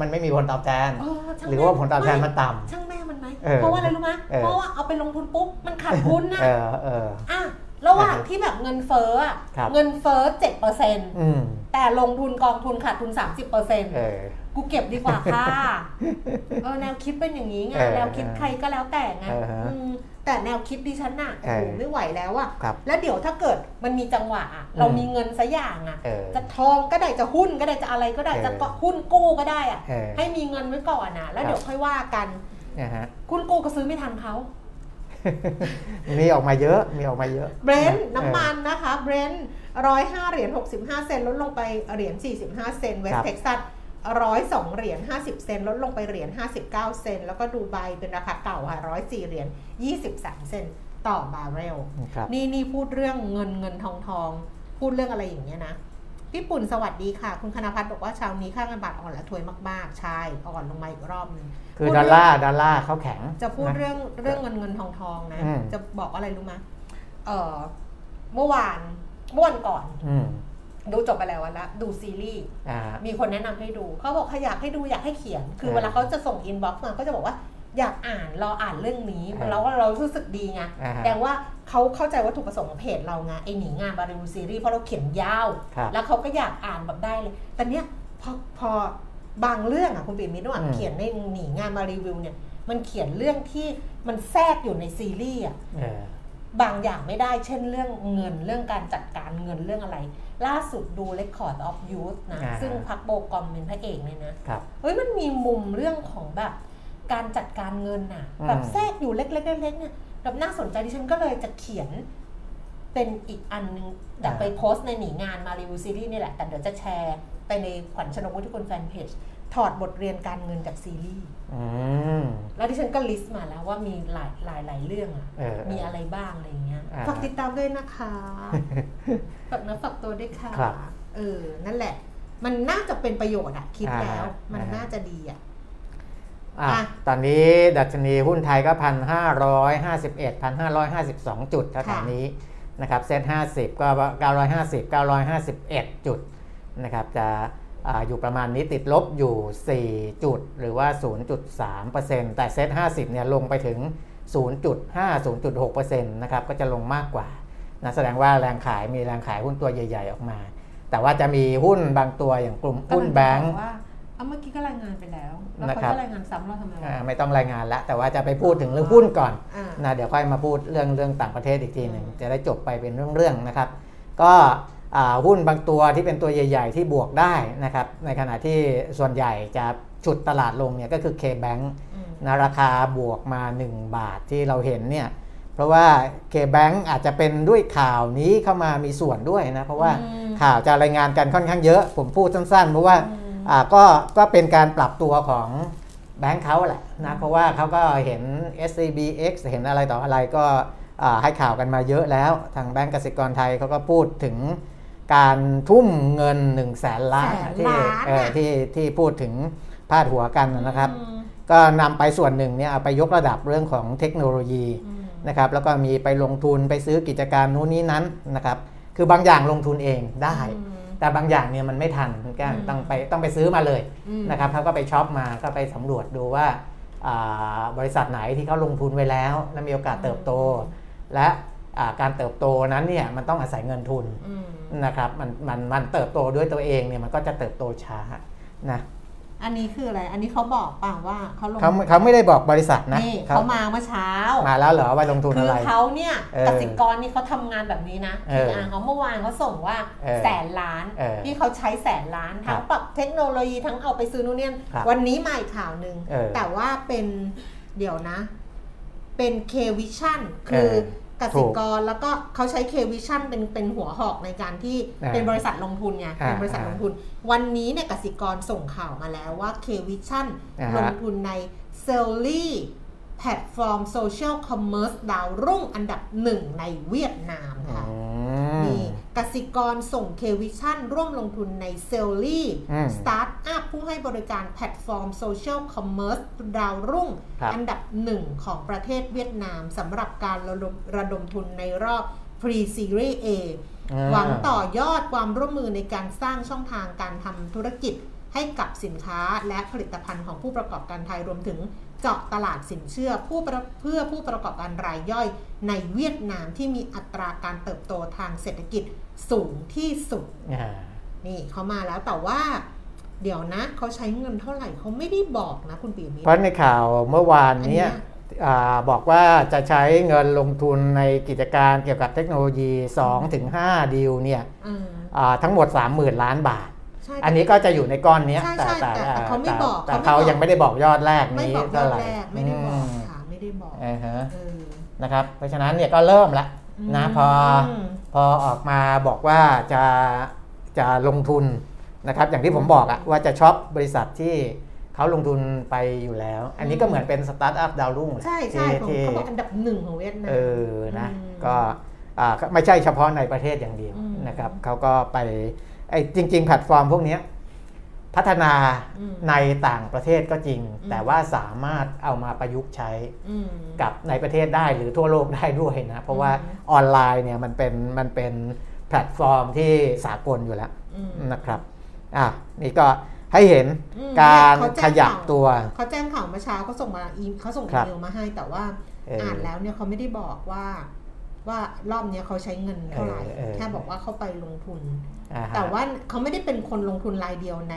มันไม่มีผลตอบแทน เออช่ง ห แม่ รือว่าผลตอบแทนมันต่ ไช่างแม่มันไหม เออ เพราะว่าอะไรรู้ไหม เออ เพราะว่าเอาไปลงทุนปุ๊บมันขาดทุนนะ ำเออเออ อ่ะระหว่างที่แบบเงินเฟ้ออะ ครับ เงินเฟ้อเจ็ดเปอร์เซ็นต์ อืม แต่ลงทุนกองทุนขาดทุนสามสิบเปอร์เซ็นต์ เออ กูเก็บดีกว่าค่ะ เออแนวคิดเป็นอย่างนี้ไง เออ แนวคิดใครก็แล้วแต่ไง เออฮะ อืมแต่แนวคิดดิฉันน่ะ เออ โอ้โหไม่ไหวแล้วอะ ครับ แล้วเดี๋ยวถ้าเกิดมันมีจังหวะอะเรามีเงินสักอย่างอะ เออ จะทองก็ได้จะหุ้นก็ได้จะอะไรก็ได้ เออ จะก็หุ้นกู้ก็ได้อะ เออ ให้มีเงินไว้ก่อนนะแล้ว ครับ เดี๋ยวค่อยว่ากัน นะฮะ หุ้นกู้ก็ซื้อไม่ทันเขา มีออกมาเยอะมีออกมาเยอะ เบรนท์น้ำมันนะคะเบรนท์ร้อยห้าเหรียญหกสิบห้าเซนลดลงไปเหรียญสี่สิบห้าเซนเวสเท็กซัส ร้อยสองเหรียญห้าสิบเซนลดลงไปเหรียญห้าสิบเก้าเซนแล้วก็ดูไบเป็นราคาเก่าค่ะร้อยสี่เหรียญยี่สิบสามเซนต่อบาร์เรล ครับ นี่นี่พูดเรื่องเงินเงินทองทอง พูดเรื่องอะไรอย่างเงี้ยนะ พี่ปุ่นสวัสดีค่ะ คุณคณพัฒน์บอกว่าเช้านี้ค่าเงินบาทอ่อนและถวยมากๆ ใช่ อ่อนลงมาอีกรอบหนึง คือ พู ดอล เง ลาร์ดอลลาร์เขาแข็ง จะพูด นะ เรื่องเรื่องเงินเงินทองทองนะ อืม จะบอกอะไรรู้ไหมยเออเมื่อวานเมื่อวันก่อน อืม ดูจบไปแล้ววันละดูซีรีส์ อ่า มีคนแนะนำให้ดู เขาบอกเขาอยากให้ดูอยากให้เขียน คือ เออ เวลาเขาจะส่งอินบ็อกซ์มาก็จะบอกว่าอยากอ่านรออ่านเรื่องนี้ เออ เราเรารู้สึกดีไง อ่าฮะ แปลว่าเขาเข้าใจวัตถุประสงค์ของเพจเราไงไอหนีงานบาริวซีรีส์เพราะเราเขียนยาว ครับ แล้วเขาก็อยากอ่านแบบได้เลย แต่เนี้ยพอพอบางเรื่องอ่ะคุณปิ่มมิตรว่าเขียนในหนีงานมารีวิวเนี่ยมันเขียนเรื่องที่มันแทรกอยู่ในซีรีส์อ่ะ เออ บางอย่างไม่ได้เช่นเรื่องเงินเรื่องการจัดการเงินเรื่องอะไร ล่าสุดดู Record of Youth นะ อ่า ซึ่งพักโบกอมเป็นพระเอกเลยนะ ครับ เฮ้ยมันมีมุมเรื่องของแบบการจัดการเงินน่ะ อืม แบบแทรกอยู่เล็กๆเล็กๆเนี่ยแบบน่าสนใจดิฉันก็เลยจะเขียนเป็นอีกอันนึงแต่ไปโพสต์ในหนีงานมารีวิวซีรีส์นี่แหละ แต่เดี๋ยวจะแชร์ไปในขวัญชนกวุฒิคุณแฟนเพจถอดบทเรียนการเงินจากซีรีส์ อืม แล้วดิฉันก็ลิสต์มาแล้วว่ามีหลายหลายหลายเรื่องอะ เออ มีอะไรบ้างอะไรอย่างเงี้ย อ่า ฝากติดตามด้วยนะคะ ฝากเนื้อฝากตัวด้วยค่ะ ครับ เออ นั่นแหละ มันน่าจะเป็นประโยชน์อะคิดแล้ว อ่ามั มันน่าจะดีอะ อ่ะ อ่ะ ตอนนี้ดัชนีหุ้นไทยก็พันห้าร้อยห้าสิบเอ็ดพันห้าร้อยห้าสิบสองจุดแถวๆนี้นะครับเซ็ตห้าสิบก็เก้าร้อยห้าสิบเก้าร้อยห้าสิบเอ็ดจุดนะครับจะอาอยู่ประมาณนี้ติดลบอยู่ 4 จุดหรือว่า 0.3%แต่เซ็ต50 เนี่ยลงไปถึง 0.5-0.6%นะครับก็จะลงมากกว่านะแสดงว่าแรงขายมีแรงขายหุ้นตัวใหญ่ ๆ ออกมา แต่ว่าจะมีหุ้นบางตัวอย่างกลุ่มหุ้นแบงก์ ว่า เอาเมื่อกี้ก็รายงานไปแล้วแล้ว นะ เขา ครับ จะรายงานซ้ำเราทำไมวะ อ่าไม่ต้องรายงานละแต่ว่าจะไปพูดถึงเรื่องหุ้นก่อน อ่า นะเดี๋ยวค่อยมาพูดเรื่องเรื่องต่างประเทศอีกทีหนึ่ง อืม จะได้จบไปเป็นเรื่องๆนะครับ ก็อ่าหุ้นบางตัวที่เป็นตัวใหญ่ ๆ ที่บวกได้นะครับในขณะที่ส่วนใหญ่จะฉุดตลาดลงเนี่ยก็คือ K-Bank อืม นะราคาบวกมา 1 บาทที่เราเห็นเนี่ยเพราะว่า K-Bank อาจจะเป็นด้วยข่าวนี้เข้ามามีส่วนด้วยนะเพราะว่า อืม ข่าวจะรายงานกันค่อนข้างเยอะ ผมพูดสั้นๆ เพราะว่า อืม อ่าก็ก็เป็นการปรับตัวของแบงค์เขาแหละนะเพราะว่าเขาก็เห็น SCBX เห็นอะไรต่ออะไรก็อ่าให้ข่าวกันมาเยอะแล้ว ทางแบงก์กสิกรไทยเขาก็พูดถึงการทุ่มเงิน1นึ่งแสนล้าน แสน ที่ ล้าน เอ่อ น่ะ ที่ที่พูดถึงพาดหัวกันนะครับ อืม ก็นำไปส่วนหนึ่งเนี่ยเอาไปยกระดับเรื่องของเทคโนโลยี อืม นะครับแล้วก็มีไปลงทุนไปซื้อกิจการนู้นนี้นั้นนะครับ คือบางอย่างลงทุนเองได้ อืม แต่บางอย่างเนี่ยมันไม่ทันคุณแก้ม อืม ต้องไปต้องไปซื้อมาเลย อืม นะครับเขาก็ไปช็อปมาก็ไปสำรวจดูว่าอ่าบริษัทไหนที่เขาลงทุนไว้แล้ว และมีโอกาสเติบโต อื และอ่าการเติบโตนั้นเนี่ยมันต้องอาศัยเงินทุน อืม นะครับมันมันมันเติบโตด้วยตัวเองเนี่ยมันก็จะเติบโตช้านะ อันนี้คืออะไร อันนี้เขาบอกเปล่าว่าเขาลง เขาเขาไม่ได้บอกบริษัทนะ นี่เขามาเมื่อเช้า มาแล้วเหรอว่าลงทุน คือ อะไร เขาเนี่ย เออก สิกรนี่เขาทำงานแบบนี้นะ เอ ที อ อาร์เขาเมื่อวานเขาส่งว่า เออ แสนล้าน เออ ที่เขาใช้แสนล้าน ครั ทั้ บ งปรับเทคโนโลยีทั้งเอาไปซื้อนู่นเนี่ย ครับ วันนี้มาอีกข่าวหนึ่ง เออ แต่ว่าเป็นเดี๋ยวนะ เป็น K Vision คือ เออก สิกรแล้วก็เขาใช้ K Vision เป็นเป็นหัวหอกในการที่ อ่า เป็นบริษัทลงทุนไงเป็น อ่า บริษัทลงทุน วันนี้เนี่ยกสิกรส่งข่าวมาแล้วว่า K Vision อ่าฮะ ลงทุนในเซลลี่ แพลตฟอร์มโซเชียลคอมเมอร์สดาวรุ่งอันดับหนึ่งในเวียดนาม อื ค่ะ ม นี่กสิกรส่งเควิชั่นร่วมลงทุนในเซลลี่ อืม สตาร์ทอัพผู้ให้บริการแพลตฟอร์มโซเชียลคอมเมอร์สดาวรุ่ง ครับ อันดับหนึ่งของประเทศเวียดนามสำหรับการระดมระดมทุนในรอบ Pre Series A อ่า หวังต่อยอดความร่วมมือในการสร้างช่องทางการทำธุรกิจให้กับสินค้าและผลิตภัณฑ์ของผู้ประกอบการไทยรวมถึงเจาะตลาดสินเชื่อผู้ประเพื่อผู้ประกอบการรายย่อยในเวียดนามที่มีอัตราการเติบโตทางเศรษฐกิจสูงที่สุด อ่า นี่เขามาแล้วแต่ว่า เดี๋ยวนะเขาใช้เงินเท่าไหร่เขาไม่ได้บอกนะคุณปีมิต เพ ร ราะในข่าวเมื่อวานเนี้ย อันเนี้ อาบอกว่าจะใช้เงินลงทุนในกิจการเกี่ยวกับเทคโนโลยี 2-5 ดีลเนี่ย อ่า อ่าทั้งหมด 30,000 ล้านบาท ใช่ อันนี้ก็จะอยู่ในก้อนเนี้ย ใช่ แต่ ใช่ แต่ แต่แต่เขาไม่บอก แต่ เขา เขา ไม่บอก ยังไม่ได้บอกยอดแรก ไม่ นี้ บอกยอ เท่า ด ไหร่ แรกไม่ได้บอก ม ค่ะไม่ได้บอก อ่าฮะ เออ นะครับเพราะฉะนั้นเนี่ยก็เริ่มละนะพอ ม พอออกมาบอกว่าจะจะลงทุนนะครับ อย่างที่ผมบอกอะว่าจะช็อปบริษัทที่เขาลงทุนไปอยู่แล้ว อันนี้ก็เหมือนเป็นสตาร์ทอัพดาวรุ่งแหละ ใช่ใช่ของ ที่ เขาบอกอันดับหนึ่งของเวียดนาม เออนะก็อ่าก็ไม่ใช่เฉพาะในประเทศอย่างเดียว อืม นะครับเขาก็ไปไอ้จริง ๆ แพลตฟอร์มพวกเนี้ยพัฒนา อืม ในต่างประเทศก็จริง อืม แต่ว่าสามารถเอามาประยุกต์ใช้ อืม กับในประเทศได้หรือทั่วโลกได้ด้วยนะ เพราะว่า อืม ออนไลน์เนี่ยมันเป็นมันเป็นแพลตฟอร์มที่สากลอยู่แล้ว อืม นะครับอ่ะนี่ก็ให้เห็น อืม การ เขาแจ้ง ขยับ ข่าว ตัว เขาแจ้งข่าวเมื่อเช้าเขาส่งมาอีเขาส่งอี ครับ เมลมาให้แต่ว่า เอออ่ อ่านแล้วเนี่ยเขาไม่ได้บอกว่า ว่ารอบเนี้ยเขาใช้เงินเท่าไหร่ เออเออ แค่บอกว่าเขาไปลงทุน อ่ฮะ แต่ว่าเขาไม่ได้เป็นคนลงทุนรายเดียวใน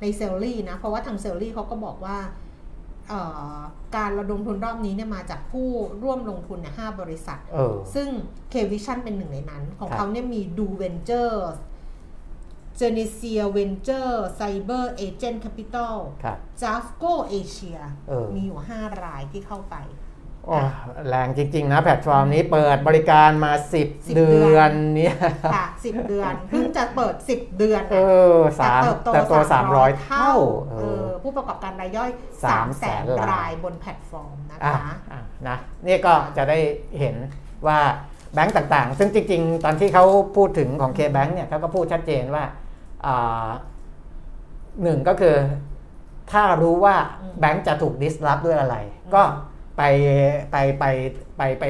ในเซลลี่นะ เพราะว่าทางเซลลี่เขาก็บอกว่าเอ่อการระดมทุนรอบนี้เนี่ยมาจากผู้ร่วมลงทุนเนี่ยห้าบริษัท เออ ซึ่ง K Vision เป็นหนึ่งในนั้น ของ ครับ เขาเนี่ยมี Do Ventures Genesia Venture Cyber Agent Capital ครับ j a f c o Asia เออ มีอยู่ 5 รายที่เข้าไป โอ้แรงจริง ๆ นะ แพลตฟอร์มนี้เปิดบริการมา 10 เดื เดื อ อน นเนี่ย ค่ะ 10 เดือน เพิ่งจะเปิด 10 เดือน เอ นะ อสามแต่ตัว300 เท่า เอ เอ อ อ ผู้ประกอบการรายย่อย สาม 3แส แส น น ราร าย ย บนแพลตฟอร์มนะ อ่ะ คะ อ่ะนะนี่ก็จะได้เห็นว่าแบงก์ต่างๆ ซึ่งจริงๆ ตอนที่เขาพูดถึงของ K-Bank เนี่ยเขาก็พูดชัดเจนว่าอ่าหนึ่งก็คือถ้ารู้ว่า อืม แบงก์จะถูกดิสลอฟด้วยอะไร ก็ไปไปไปไปไป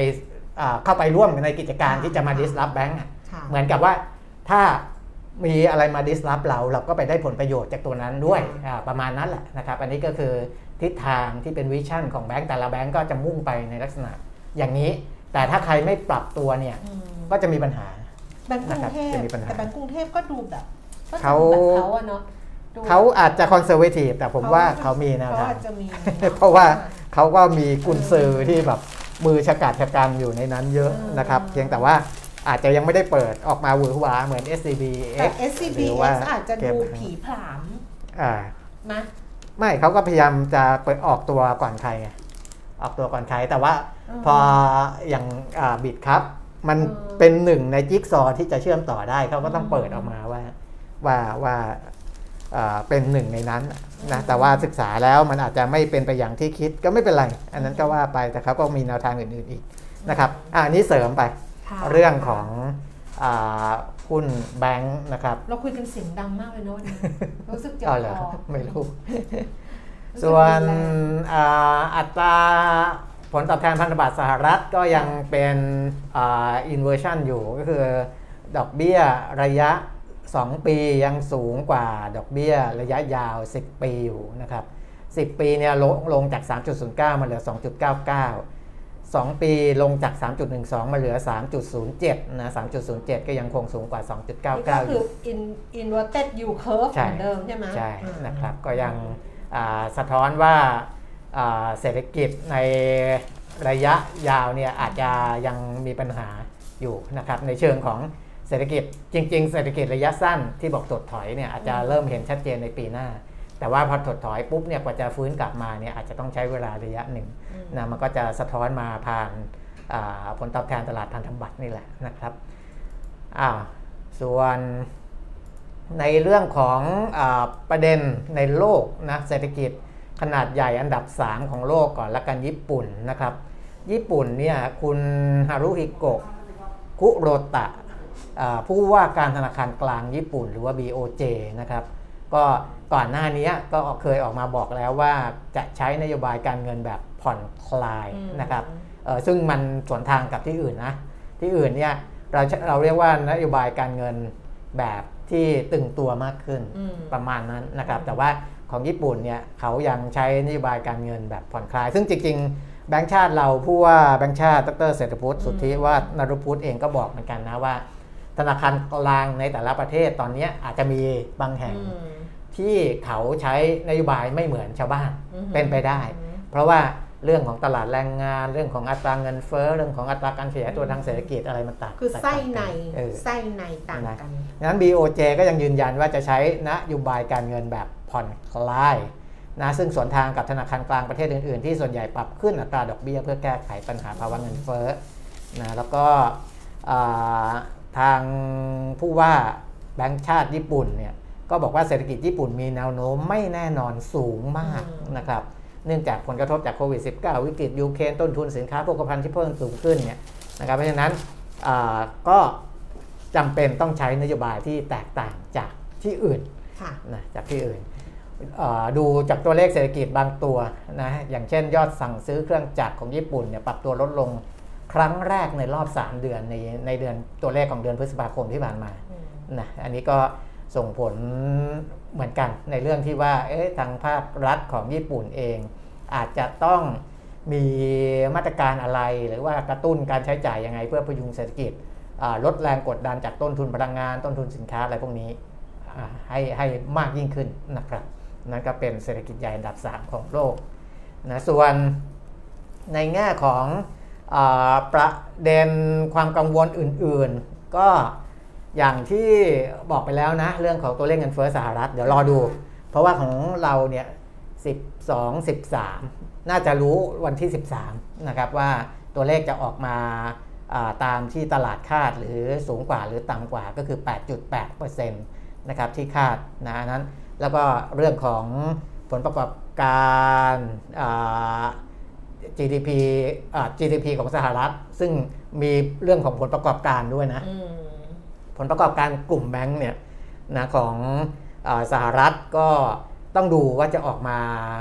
อ่าเข้าไปร่วมในกิจการ อ่า ที่จะมาดิสลอฟแบงก์อะ ค่ะ เหมือนกับว่าถ้ามีอะไรมาดิสลอฟเรา เราก็ไปได้ผลประโยชน์จากตัวนั้นด้วยอ่าประมาณนั้นแหละนะครับอันนี้ก็คือ ทิศทางที่เป็นวิชั่นของแบงก์แต่ละแบงก์ก็จะมุ่งไปในลักษณะอย่างนี้ แต่ถ้าใครไม่ปรับตัวเนี่ย อืม ก็จะมีปัญหา แบงก์กรุงเทพ นะครับจะมีปัญหา แต่แบงก์กรุงเทพก็ดูแบบก็ทำ เขา แบบเขาอะเนาะ ดู เขาอาจจะคอนเซอร์เวทีฟแต่ผมว่าเขามีแนว เขา ทาง อาจจะมี เพราะว่าเขาก็มีกุนซือที่แบบมือชะกาดชะกันอยู่ในนั้นเยอะ อืม นะครับ เพียงแต่ว่าอาจจะยังไม่ได้เปิดออกมาหวือหวาเหมือน S C B แต่ SCBX อาจจะดูผีผลาม อ่า นะ ไม่เขาก็พยายามจะเปิดออกตัวก่อนใครไงออกตัวก่อนใครแต่ว่าพออย่างบิดครับ มันเป็นหนึ่งในจิ๊กซอว์ที่จะเชื่อมต่อได้เขาก็ต้องเปิดออกมาว่าว่าว่าอ่าเป็นหนึ่งในนั้นนะแต่ว่าศึกษาแล้วมันอาจจะไม่เป็นไปอย่างที่คิดก็ไม่เป็นไร อันนั้นก็ว่าไปแต่เขาก็มีแนวทางอื่นๆอีกนะครับอะอันนี้เสริมไป ค่ะ เรื่องของอาหุ้นแบงค์นะครับ เราคุยกันเสียงดังมากเลยเนอะ วันนี้รู้สึกเจ็บ อ๋อเหรอ คอ ไม่รู้ รู้สึก ส่วน แรง อ่าอัตราผลตอบแทนพันธบัตรสหรัฐก็ยังเป็นอินเวอร์ชันอยู่ก็คือดอกเบี้ยระยะ 2 ปียังสูงกว่าดอกเบี้ยระยะยาว 10 ปีอยู่นะครับ 10 ปีเนี่ยลงลงจาก 3.09 มาเหลือ 2.99 2 ปีลงจาก 3.12 มาเหลือ 3.07 นะ 3.07 ก็ยังคงสูงกว่า นี่ก็ 2.99 อ คือยู่ อินอินเวอร์เต็ดยูเคิร์ฟ ใช่ เหมือนเดิมใช่ไหม ใช่ อืม นะครับก็ยังอ่าสะท้อนว่าอ่าเศรษฐกิจในระยะยาวเนี่ยอาจจะยังมีปัญหาอยู่นะครับในเชิงของเศรษฐกิจจริง ๆ เศรษฐกิจระยะสั้นที่บอกถดถอยเนี่ยอาจจะเริ่มเห็นชัดเจนในปีหน้า แต่ว่าพอถดถอยปุ๊บเนี่ยกว่าจะฟื้นกลับมาเนี่ยอาจจะต้องใช้เวลาระยะหนึ่งนะมันก็จะสะท้อนมาผ่านอ่าผลตอบแทนตลาดพันธบัตรนี่แหละนะครับอ้าวส่วน ในเรื่องของอาประเด็นในโลกนะเศรษฐกิจขนาดใหญ่อันดับ 3 ของโลกก่อนละกันญี่ปุ่นนะครับ ญี่ปุ่นเนี่ยคุณฮารุฮิโกะคุโรตะอ่าผู้ว่าการธนาคารกลางญี่ปุ่นหรือว่า BOJ นะครับก็ก่อนหน้านี้ก็เคยออกมาบอกแล้วว่าจะใช้นโยบายการเงินแบบผ่อนคลาย อืม นะครับเอ่อซึ่งมันสวนทางกับที่อื่นนะ ที่อื่นเนี่ยเราเราเรียกว่านโยบายการเงินแบบที่ตึงตัวมากขึ้น อืม ประมาณนั้นนะครับ แต่ว่าของญี่ปุ่นเนี่ยเขายังใช้นโยบายการเงินแบบผ่อนคลาย ซึ่งจริงๆ แบงค์ชาติเราผู้ว่าแบงค์ชาติดรเศรษฐพุทธสุทธิว่านารุพุทธเองก็บอกเหมือนกันนะว่า ธนาคารกลางในแต่ละประเทศตอนเนี้ยอาจจะมีบางแห่ง ที่เขาใช้นโยบายไม่เหมือนชาวบ้าน อือฮึ เป็นไปได้ อือฮึ เพราะว่าเรื่องของตลาดแรงงาน เรื่องของอัตราเงินเฟ้อเรื่องของอัตราการขยายตัวทางเศรษฐกิจอะไรมันต่าง คือไส้ใน เออ ไส้ในต่างกัน งั้น BOJ ก็ยังยืนยันว่าจะใช้นโยบายการเงินแบบผ่อนคลายนะซึ่งสวนทางกับธนาคารกลางประเทศอื่น ๆ ที่ส่วนใหญ่ปรับขึ้นอัตราดอกเบี้ยเพื่อแก้ไขปัญหาภาวะเงินเฟ้อนะแล้วก็อ่าทางผู้ว่าแบงก์ชาติญี่ปุ่นเนี่ยก็บอกว่าเศรษฐกิจญี่ปุ่นมีแนวโน้มไม่แน่นอนสูงมาก อืม นะครับเนื่องจากผลกระทบจากโควิด -19 วิกฤตยูเครนต้นทุนสินค้าโภคภัณฑ์ที่เพิ่มสูงขึ้นเนี่ยนะครับเพราะฉะนั้นอ่าก็ จำเป็นต้องใช้นโยบายที่แตกต่างจากที่อื่น ค่ะ นะจากที่อื่นเอ่อดูจากตัวเลขเศรษฐกิจบางตัวนะอย่างเช่นยอดสั่งซื้อเครื่องจักรของญี่ปุ่นเนี่ยปรับตัวลดลงครั้งแรกในรอบ 3 เดือนในในเดือนตัวเลขของเดือนพฤษภาคมที่ผ่านมานะอันนี้ก็ส่งผลเหมือนกันในเรื่องที่ว่าเอ๊ะทางภาครัฐของญี่ปุ่นเอง อาจจะต้องมีมาตรการอะไรหรือว่ากระตุ้นการใช้จ่ายยังไงเพื่อพยุงเศรษฐกิจ อ่าลดแรงกดดันจากต้นทุนพลังงานต้นทุนสินค้าอะไรพวกนี้อ่าให้ให้มากยิ่งขึ้นนะครับ นั่นก็เป็นเศรษฐกิจใหญ่อันดับ 3 ของโลกนะส่วนในแง่ของอาประเด็นความกังวลอื่นๆ ก็อย่างที่บอกไปแล้วนะ เรื่องของตัวเลขเงินเฟ้อสหรัฐ เดี๋ยวรอดู เพราะว่าของเราเนี่ย 12 13 น่าจะรู้วันที่ 13 นะครับว่าตัวเลขจะออกมาอ่าตามที่ตลาดคาดหรือสูงกว่าหรือต่ำกว่าก็คือ 8.8%นะครับที่คาดนะอันนั้น แล้วก็เรื่องของผลประกอบการอ่า GDP อ่า GDP ของสหรัฐ ซึ่งมีเรื่องของผลประกอบการด้วยนะ อืม ผลประกอบการกลุ่มแบงก์เนี่ยนะของเออสหรัฐก็ต้องดูว่าจะออกมา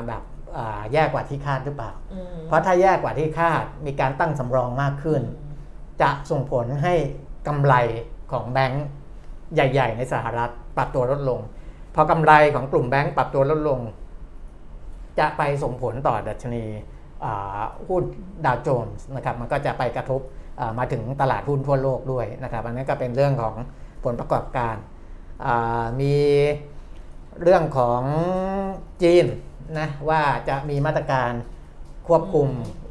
แบบเอ่อแย่กว่าที่คาดหรือเปล่า อืม เพราะถ้าแย่กว่าที่คาดมีการตั้งสำรองมากขึ้น จะส่งผลให้กำไรของแบงก์ใหญ่ ๆ ในสหรัฐปรับตัวลดลง พอกำไรของกลุ่มแบงก์ปรับตัวลดลง จะไปส่งผลต่อดัชนีอ่าหุ้นดาวโจนส์นะครับมันก็จะไปกระทบอ่ามาถึงตลาดหุ้นทั่วโลกด้วยนะครับอันนี้นก็เป็นเรื่องของผลประกอบการอ่ามี เรื่องของจีนนะว่าจะมีมาตรการควบคุม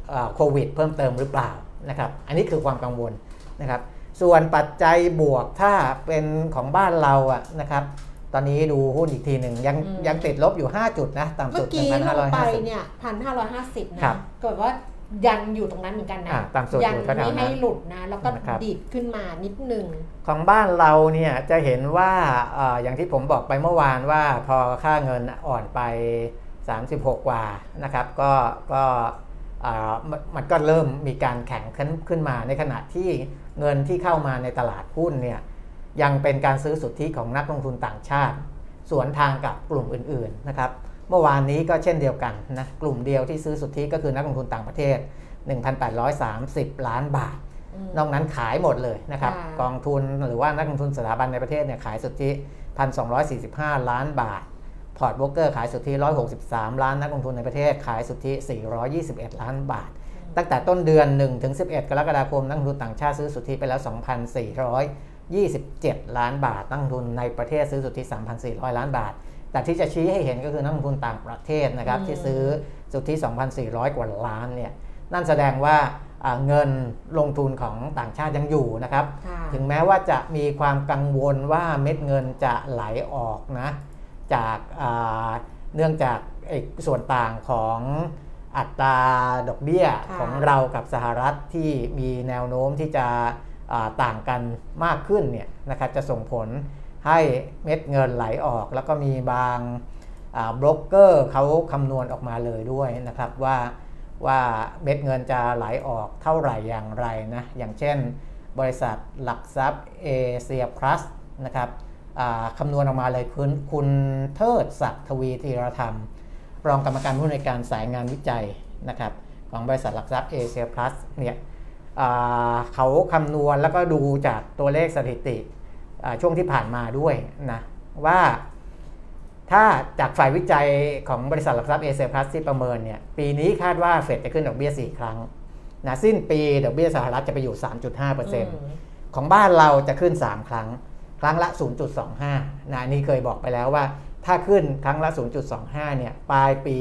เอ่อโควิดเพิ่มเติมหรือเปล่านะครับ อันนี้คือความกังวลนะครับ ส่วนปัจจัยบวกถ้าเป็นของบ้านเราอะนะครับ ตอนนี้ดูหุ้นอีกทีหนึ่งยัง อืม ยังติดลบอยู่ 5 จุดนะต่ำ เมื่ สุ อ ด กี้ลงไป 1,550 เนี่ยพันห้าร้อยห้าสิบนะครับ เกิดว่ายันอยู่ตรงนั้นเหมือนกันนะ อ่ะตามสูตร ยั อยู่ ไม่ แถวๆนั้น ให้หลุดนะ แล้วก็ นะครับ ดีดขึ้นมานิดหนึ่ง ของบ้านเราเนี่ยจะเห็นว่าเอออย่างที่ผมบอกไปเมื่อวานว่าพอค่าเงินอ่อนไป 36 กว่านะครับก็ก็เอ่อมันมันก็เริ่มมีการแข่งขึ้นขึ้นมาในขณะที่เงินที่เข้ามาในตลาดหุ้นเนี่ยยังเป็นการซื้อสุทธิของนักลงทุนต่างชาติ สวนทางกับกลุ่มอื่นๆนะครับเมื่อวานนี้ก็เช่นเดียวกันนะกลุ่มเดียวที่ซื้อสุทธิก็คือนักลงทุนต่างประเทศ 1,830 ล้านบาท อืม นอกนั้นขายหมดเลยนะครับ ค่ะ กองทุนหรือว่านักลงทุนสถาบันในประเทศเนี่ยขายสุทธิ 1,245 ล้านบาท พอร์ตโบรกเกอร์ขายสุทธิ 163 ล้าน นักลงทุนในประเทศขายสุทธิ 421 ล้านบาท ตั้งแต่ต้นเดือน 1-11 กรกฎาคม นักลงทุนต่างชาติซื้อสุทธิไปแล้ว 2,427 ล้านบาท นักลงทุนในประเทศซื้อสุทธิ 3,400 ล้านบาท แต่ที่จะชี้ให้เห็นก็คือนักลงทุนต่างประเทศนะครับ อืม ที่ซื้อสุทธิ 2,400 กว่าล้านเนี่ย นั่นแสดงว่าอ่าเงินลงทุนของต่างชาติยังอยู่นะครับ ค่ะ ถึงแม้ว่าจะมีความกังวลว่าเม็ดเงินจะไหลออกนะจากอ่าเนื่องจากไอ้ส่วนต่างของอัตราดอกเบี้ย ค่ะ ของเรากับสหรัฐที่มีแนวโน้มที่จะอ่าต่างกันมากขึ้นเนี่ยนะครับจะส่งผลให้เม็ดเงินไหลออก แล้วก็มีบางบล็อกเกอร์เขาคำนวณออกมาเลยด้วยนะครับว่าว่าเม็ดเงินจะไหลออกเท่าไหร่อย่างไรนะอย่างเช่น บริษัทหลักทรัพย์เอเชียพลัสนะครับอ่าคำนวณออกมาเลยคุณคุณเทิดศักดิ์ทวีธีรธรรม รองกรรมการผู้อำนวยการสายงานวิจัยนะครับของบริษัทหลักทรัพย์เอเชียพลัสเนี่ยอ่าเขาคำนวณแล้วก็ดูจากตัวเลขสถิติอ่าช่วงที่ผ่านมาด้วยนะว่า ถ้าจากฝ่ายวิจัยของบริษัทหลักทรัพย์เอเชียพลัสที่ประเมินเนี่ยปีนี้คาดว่าเฟดจะขึ้นดอกเบี้ย 4 ครั้งนะสิ้นปีดอกเบี้ยสหรัฐจะไปอยู่ 3.5%เปอร์เซ็นต์ ม ของบ้านเราจะขึ้น 3 ครั้ง ครั้งละ 0.25 นะอันนี่เคยบอกไปแล้วว่า ถ้าขึ้นครั้งละ 0.25 เนี่ย ปลายปี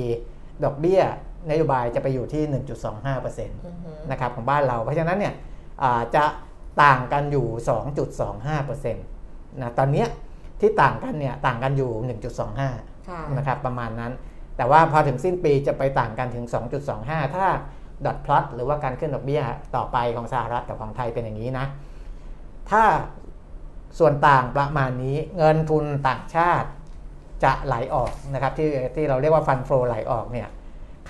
ดอกเบี้ยนโยบายจะไปอยู่ที่ 1.25%น อือฮึ ะครับของบ้านเรา เพราะฉะนั้นเนี่ยอ่าจะต่างกันอยู่ 2.25%นะตอนเนี้ยที่ต่างกันเนี่ยต่างกันอยู่ 1.25 ค่ะ นะครับประมาณนั้น แต่ว่าพอถึงสิ้นปีจะไปต่างกันถึง 2.25 ถ้าดอทพลัสหรือว่าการขึ้นดอกเบี้ยต่อไปของสหรัฐกับของไทยเป็นอย่างนี้นะ ถ้าส่วนต่างประมาณนี้เงินทุนต่างชาติจะไหลออกนะครับที่ที่เราเรียกว่าฟัน l o w ไหลออกเนี่ย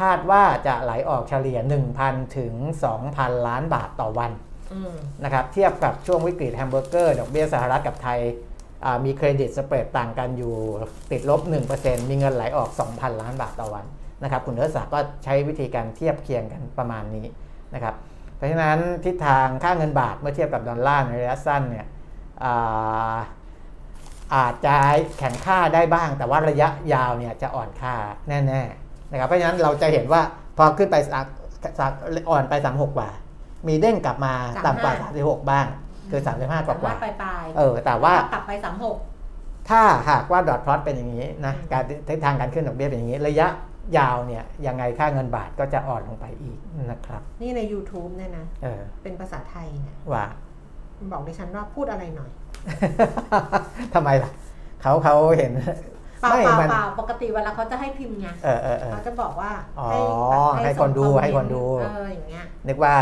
คาดว่าจะไหลออกเฉลี่ย 1,000 ถึง 2,000 ล้านบาทต่อวัน อืม นะครับเทียบกับช่วงวิกฤตแฮมเบอร์เกอร์ ดอกเบี้ยสหรัฐกับไทยอ่ามีเครดิตสเปรดต่างกันอยู่ติดลบ 1%มีเงินไหลออก 2,000 ล้านบาทต่อวันนะครับคุณเอิร์ธศักดิ์ก็ใช้วิธีการเทียบเคียงกันประมาณนี้นะครับเพราะฉะนั้นทิศทางค่าเงินบาทเมื่อเทียบกับดอลลาร์ในระยะสั้นเนี่ยอ่าอาจจะแข็งค่าได้บ้าง แต่ว่าระยะยาวเนี่ยจะอ่อนค่าแน่ๆนะครับเพราะฉะนั้นเราจะเห็นว่าพอขึ้นไปสักสักอ่อนไป36กว่า มีเด้งกลับมา 35 ต่ำกว่า 36 บ้าง คือ 35 กสากว่ามาร ว่า ถไปปลาย เออ แต่ว่า ตับไปสามหก ถ้าหากว่าดอทพลอตเป็นอย่างนี้นะ การทิศทางการขึ้นดอกเบี้ยเป็นอย่างนี้ ระยะยาวเนี่ย ยังไงค่าเงินบาทก็จะอ่อนลงไปอีกนะครับ นี่ใน YouTube เนี่ยนะ เออ เป็นภาษาไทยเนี่ย ว่า บอกดิฉันว่าพูดอะไรหน่อย ทำไมล่ะ เขาเขาเห็น เปล่าเปล่า มั เปล่าปกติเวลาเขาจะให้พิมพ์ไง เออเออเออ เขาจะบอกว่า อ๋อ ตั ให้คนดู ส่ง ให้คนดู เอออย่างเงี้ย นึกว่า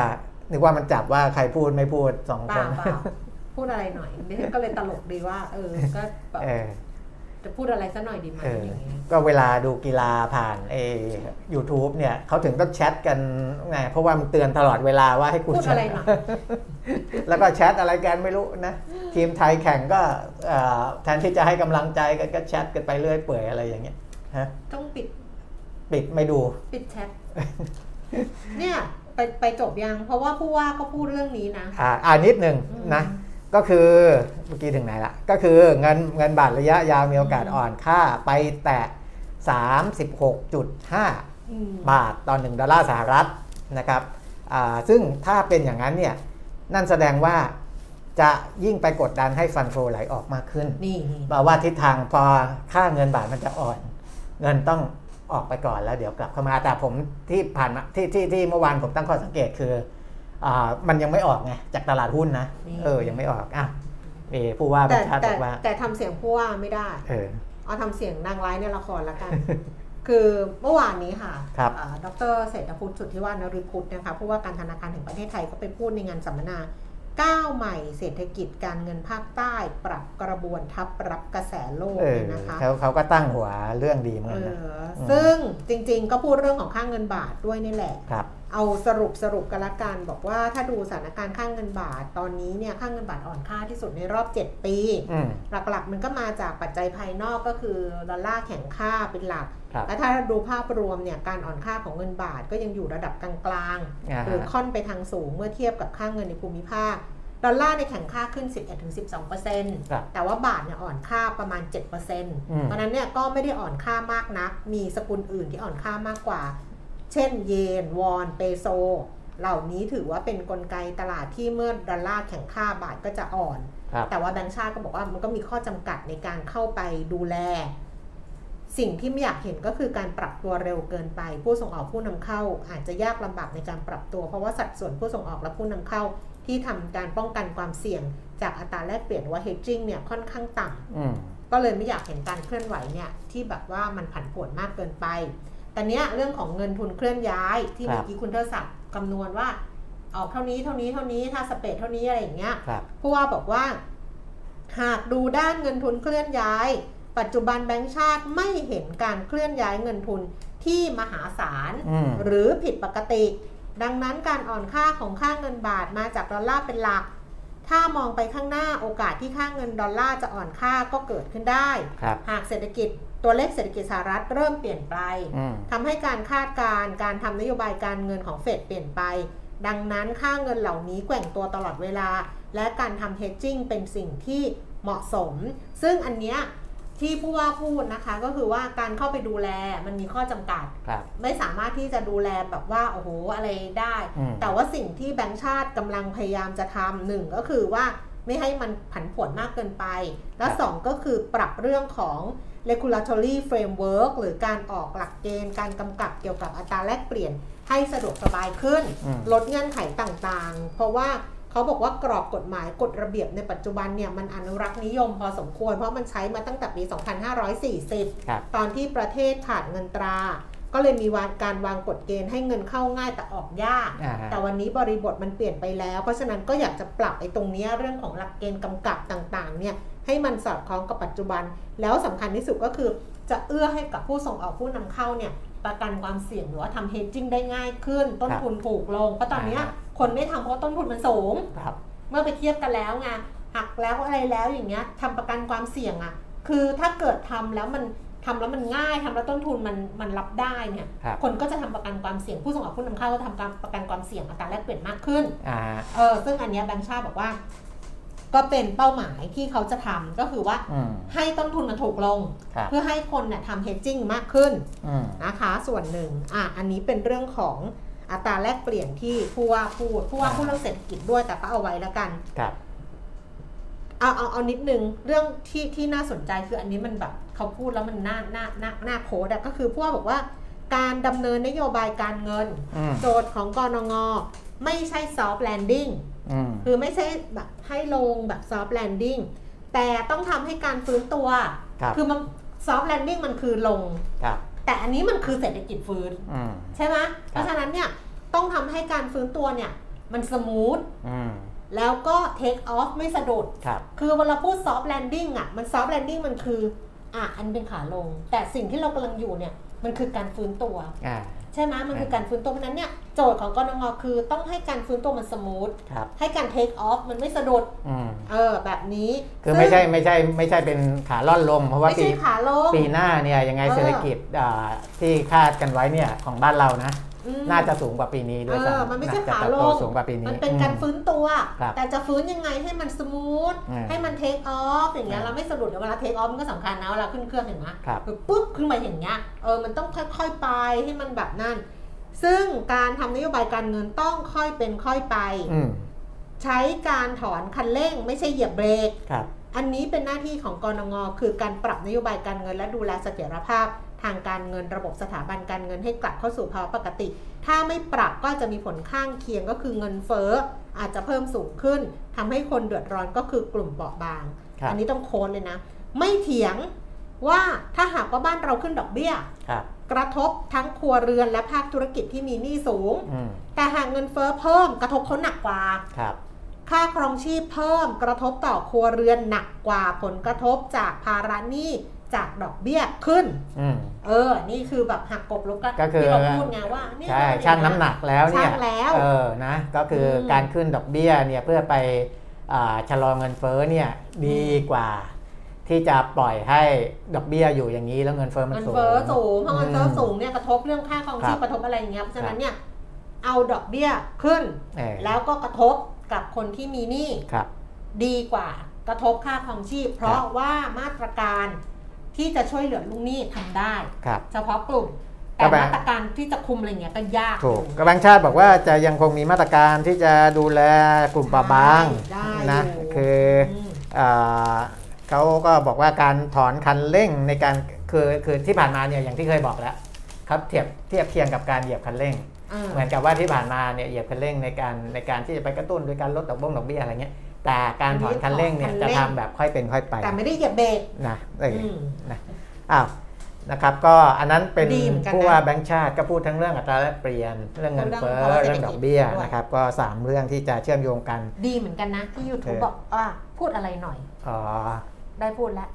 นึกว่ามันจับว่าใครพูดไม่พูดสอง เป ค ล่าน เปล่าพูดอะไรหน่อยดิฉันก็เลยตลกดีว่า เออ ก็แบบ เออ จะพูดอะไรซะหน่อยดีไหม เออ อย่างเงี้ย ก็เวลาดูกีฬาผ่านเอ u t u b e เนี่ยเขาถึงต้องแชทกันไงเพราะว่ามันเตือนตลอดเวลาว่าให้คุณ พูดอะไรหน่อย แล้วก็แชท อะไรกันไม่รู้นะ ทีมไทยแข่งก็เอ่อแทนที่จะให้กำลังใจกันก็แชทกันไปเรื่อยเปื่อยอะไรอย่างเงี้ยฮะ ต้องปิด ปิดไม่ดู ปิดแช ท เนี่ย ไปไปจบยัง เพราะว่าผู้ว่าก็พูดเรื่องนี้นะ อ่าอ่านิดหนึ่ง อืม นะ ก็คือเมื่อกี้ถึงไหนละก็คือเงินเงินบาทระยะยาวมีโอกาส อืม อ่อนค่าไปแตะ 36.5 อืม บาทต่อ1ดอลลาร์สหรัฐนะครับอ่าซึ่งถ้าเป็นอย่างนั้นเนี่ย นั่นแสดงว่า จะยิ่งไปกดดันให้ฟันโฟไหลออกมากขึ้น นี่นี่ บอกว่าทิศทางพอค่าเงินบาทมันจะอ่อน เงินต้องออกไปก่อนแล้วเดี๋ยวกลับเข้ามาแต่ผมที่ผ่านมาที่ที่ที่เมื่อวานผมตั้งข้อสังเกตคืออามันยังไม่ออกไงจากตลาดหุ้นนะเออยังไม่ออกอ่ะมีผู้ว่าบั แต่ ญชาติ แต่ บอกว่า แต่ทำเสียงผู้ว่าไม่ได้ เออ เอาทำเสียงนางร้ายในละครละกัน คือเมื่อวานนี้ค่ะ ครับ อ่าดรเศรษฐพุทธสุทธิวานริพุทธนะคะผู้ว่าการธนาคารแห่งประเทศไทยก็ไปพูดในงานสัมมนาก้าวใหม่เศรษฐกิจการเงินภาคใต้ ปรับกระบวนทับรับกระแสโลก เออ เนี่ยนะคะ เขาเขาก็ตั้งหัวเรื่องดีเหมือน เอ กันนะ อ อืม ซึ่งจริงๆก็พูดเรื่องของค่างเงินบาทด้วยนี่แหละ ครับ เอาสรุปสรุปกันละกันบอกว่าถ้าดูสถานการณ์ค่างเงินบาทตอนนี้เนี่ยค่างเงินบาทอ่อนค่าที่สุดในรอบ 7 ปี อืม หลักๆ มันก็มาจากปัจจัยภายนอกก็คือดอลลาร์แข็งค่าเป็นหลัก ครับ แล้วถ้าดูภาพรวมเนี่ยการอ่อนค่าของเงินบาทก็ยังอยู่ระดับกลาง อ่า ๆหรือค่อนไปทางสูงเมื่อเทียบกับค่าเงินในภูมิภาค ดอลลาร์ในยแข็งค่าขึ้น 11-12% ครับ แต่ว่าบาทเนี่ยอ่อนค่าประมาณ 7% ม เพราะฉะนั้นเนี่ยก็ไม่ได้อ่อนค่ามากนัก มีสกุลอื่นที่อ่อนค่ามากกว่า เช่นเยน วอน เปโซ เหล่านี้ถือว่าเป็นนกลไกตลาดที่เมื่อดอลลาร์แข็งค่าบาทก็จะอ่อน ครับ แต่ว่าแบงก์ชาติก็บอกว่ามันก็มีข้อจำกัดในการเข้าไปดูแล สิ่งที่ไม่อยากเห็นก็คือการปรับตัวเร็วเกินไป ผู้ส่งออกผู้นำเข้า อาจจะยากลำบากในการปรับตัว เพราะว่าสัดส่วนผู้ส่งออกและผู้นำเข้า ที่ทำการป้องกันความเสี่ยง จากอัตราแลกเปลี่ยนหรือว่า hedging เนี่ยค่อนข้างต่ำ อืม ก็เลยไม่อยากเห็นการเคลื่อนไหวเนี่ยที่แบบว่ามันผันผวนมากเกินไป แต่เนี้ยเรื่องของเงินทุนเคลื่อนย้ายที่ ครับ เมื่อกี้คุณเทศศักดิ์คำนวณว่าออกเท่านี้เท่านี้เท่านี้ถ้าสเปดเท่านี้อะไรอย่างเงี้ย ครับ ผู้ว่าบอกว่า หากดูด้านเงินทุนเคลื่อนย้าย ปัจจุบันแบงก์ชาติไม่เห็นการเคลื่อนย้ายเงินทุนที่มหาศาล อืม หรือผิดปกติ ดังนั้นการอ่อนค่าของค่าเงินบาทมาจากดอลลาร์เป็นหลัก ถ้ามองไปข้างหน้าโอกาสที่ค่าเงินดอลลาร์จะอ่อนค่าก็เกิดขึ้นได้ ครับ หากเศรษฐกิจตัวเลขเศรษฐกิจสหรัฐเริ่มเปลี่ยนไป อืม ทำให้การคาดการณ์การทำนโยบายการเงินของเฟดเปลี่ยนไป ดังนั้นค่าเงินเหล่านี้แกว่งตัวตลอดเวลา และการทำ hedging เป็นสิ่งที่เหมาะสม ซึ่งอันเนี้ยที่ผู้ว่าพูดนะคะ ก็คือว่าการเข้าไปดูแลมันมีข้อจำกัด ครับ ไม่สามารถที่จะดูแลแบบว่าโอ้โหอะไรได้ อืม แต่ว่าสิ่งที่แบงก์ชาติกำลังพยายามจะทำหนึ่งก็คือว่าไม่ให้มันผันผวนมากเกินไป และสองก็คือปรับเรื่องของ regulatory framework หรือการออกหลักเกณฑ์การกำกับเกี่ยวกับอัตราแลกเปลี่ยนให้สะดวกสบายขึ้น อืม ลดเงื่อนไขต่างๆ เพราะว่าเขาบอกว่ากรอบกฎหมายกฎระเบียบในปัจจุบันเนี่ยมันอนุรักษ์นิยมพอสมควร เพราะมันใช้มาตั้งแต่ปี 2540 ครับ ตอนที่ประเทศขาดเงินตรา ก็เลยมีวางการวางกฎเกณฑ์ให้เงินเข้าง่ายแต่ออกยาก อ่าฮะ แต่วันนี้บริบทมันเปลี่ยนไปแล้ว เพราะฉะนั้นก็อยากจะปรับไอ้ตรงเนี้ยเรื่องของหลักเกณฑ์กำกับต่างๆเนี่ยให้มันสอดคล้องกับปัจจุบัน แล้วสำคัญที่สุดก็คือจะเอื้อให้กับผู้ส่งออกผู้นำเข้าเนี่ยประกันความเสี่ยงหรือว่าทำ hedging ได้ง่ายขึ้น ต้น ครับ ทุนถูกลง เพราะตอนเนี้ย อ่าฮะ คนไม่ทำเพราะต้นทุนมันสูง ครับ เมื่อไปเทียบกันแล้วไงหักแล้วอะไรแล้วอย่างเงี้ยทำประกันความเสี่ยงอะ่ะ คือถ้าเกิดทำแล้วมันทำแล้วมันง่ายทำแล้วต้นทุนมันมันรับได้เนี่ย ครับ คนก็จะทำประกันความเสี่ยงผู้ส่งออกผู้นำเข้าก็ทำการประกันความเสี่ยงอัตราแลกเปลี่ยนมากขึ้น อ่า เออซึ่งอันเนี้ยแบงก์ชาติบอกว่า ก็เป็นเป้าหมายที่เขาจะทำก็คือว่า อืม ให้ต้นทุนมันถูกลง ครับ เพื่อให้คนเนี่ยทำ hedging มากขึ้น อืม นะคะส่วนหนึ่งอ่ะอันนี้เป็นเรื่องของอัตราแลกเปลี่ยนที่ผู้ว่าพูดผู้ว่าพูดเรื่องเศรษฐกิจด้วยแต่ก็เอาไว้แล้วกัน ครับ เอาเอาเอานิดนึงเรื่องที่ที่น่าสนใจคืออันนี้มันแบบเขาพูดแล้วมันน่าน่าน่าน่าโพสต์อะก็คือพวกบอกว่าการดำเนินนโยบายการเงิน อืม โจทย์ของกรงงไม่ใช่ซอฟต์แลนดิ้ง อืม คือไม่ใช่แบบให้ลงแบบซอฟต์แลนดิ้งแต่ต้องทำให้การฟื้นตัว ครับ อมันซอฟต์แลนดิ้งมันคือลง ครับ แต่อันนี้มันคือเศรษฐกิจฟื้น อืม ใช่ไหมเพราะฉะนั้นเนี่ยต้องทำให้การฟื้นตัวเนี่ย มันสมูท อืม แล้วก็เทคออฟไม่สะดุด ครับ คือเวลาพูดซอฟต์แลนดิ้งอ่ะ มันซอฟต์แลนดิ้งมันคือ อ่ะ อันเป็นขาลง แต่สิ่งที่เรากำลังอยู่เนี่ย มันคือการฟื้นตัว อ่า ใช่ไหมมันคือการฟื้นตัวเพราะฉะนั้นเนี่ย โจทย์ของกรงงคือต้องให้การฟื้นตัวมันสมูท ครับ ให้การเทคออฟมันไม่สะดุด อืม เออ แบบนี้ คือไม่ใช่ ซึ่ง ไม่ใช่ไม่ใช่เป็นขาล่อนลง เพราะว่า ไม่ ปี ใช่ขาลง ปีหน้าเนี่ยยังไง เออ เศรษฐกิจอ่าที่คาดกันไว้เนี่ยของบ้านเรานะ อืม น่าจะสูงกว่าปีนี้ด้วยเอซ้ำอมันไม่ใช่ จะ ขา เติบลโตง สูงกว่าปีนี้ มันเป็น อื การฟื้นตัว ครับ แต่จะฟื้นยังไงให้มันสมูท อืม ให้มันเทคออฟอย่างเงี้ย อืม เราไม่สะดุดเดี๋ยวเวลาเทคออฟมันก็สำคัญนะเวลาขึ้นเครื่องเห็นไหม ครับ คือปุ๊บขึ้นมาอย่างเงี้ย เออ มันต้องค่อยๆไปให้มันแบบนั้น ซึ่งการทำนโยบายการเงินต้องค่อยเป็นค่อยไป อืม ใช้การถอนคันเร่ง ไม่ใช่เหยียบเบรก ครับ อันนี้เป็นหน้าที่ของกรงงคือการปรับนโยบายการเงินและดูแลเสถียรภาพ ทางการเงินระบบสถาบันการเงินให้กลับเข้าสู่ภาวะปกติ ถ้าไม่ปรับก็จะมีผลข้างเคียงก็คือเงินเฟ้ออาจจะเพิ่มสูงขึ้นทำให้คนเดือดร้อนก็คือกลุ่มเปราะบาง ครับ อันนี้ต้องโค้ดเลยนะ ไม่เถียงว่าถ้าหากว่าบ้านเราขึ้นดอกเบี้ย ครับ กระทบทั้งครัวเรือนและภาคธุรกิจที่มีหนี้สูง อืม แต่หากเงินเฟ้อเพิ่มกระทบเขาหนักกว่า ครับ ค่าครองชีพเพิ่มกระทบต่อครัวเรือนหนักกว่าผลกระทบจากภาระหนี้จากดอกเบี้ยขึ้น อืม เออ นี่คือแบบหักกบลบกัน ก็คือ ที่เราพูดไงว่าเนี่ย ใช่ เรเยะ ช่างน้ำหนักแล้วเนี่ย ช่างแล้ว เออนะก็คืออ ม การขึ้นดอกเบี้ยเนี่ยเพื่อไปอ่าชะลอเงินเฟ้อเนี่ยดีกว่า ที่จะปล่อยให้ดอกเบี้ยอยู่อย่างนี้แล้วเงินเฟ้อมัน เงิน สูง เฟ้อสูงเพราะเงินเฟ้อ ม สูงเนี่ยกระทบเรื่องค่าครองชีพ ครับ กระทบอะไรอย่างเงี้ยเพราะฉะนั้นเนี่ยเอาดอกเบี้ยขึ้น เออ แล้วก็กระทบกับคนที่มีหนี้ ครับ ดีกว่ากระทบค่าครองชีพ เพราะว่ามาตรการที่จะช่วยเหลือลูกหนี้ทำได้ ครับ เฉพาะกลุ่ม ก็ แต่ แปล มาตรการที่จะคุมอะไรเงี้ยก็ยาก ถูกกำลังชาติบอกว่าจะยังคงมีมาตรการที่จะดูแลกลุ่มเปราะบาง ได้ นะ อยู่ คือ ม อ่าเขาก็บอกว่าการถอนคันเร่งในการคือคือที่ผ่านมาเนี่ยอย่างที่เคยบอกแล้วครับเทียบเทียบเคียงกับการเหยียบคันเร่ง อ่า เหมือนกับว่าที่ผ่านมาเนี่ยเหยียบคันเร่งในการในการที่จะไปกระตุ้นโดยการลดดอกบงดอกเบี้ยอะไรเงี้ยแต่การถอนคันเร่งเนี่ยจะทำแบบค่อยเป็นค่อยไป แต่ไม่ได้เหยียบเบรก นะเอออ อืม อ้าวนะครับก็อันนั้นเป็น ดีเหมือนกันนะ ผู้ว่าแบงค์ชาติก็พูดทั้งเรื่องอัตราแลกเปลี่ยน เรื่องเงินเฟ้อ เรื่ เรื่ อ อภาวะเศรษฐกิงงจ ดอกเบี้ย ด้วย นะครับก็ 3 เรื่องที่จะเชื่อมโยงกัน ดีเหมือนกันนะที่ YouTube โอเค บอกว่าพูดอะไรหน่อย อ๋อ ได้พูดแล้ว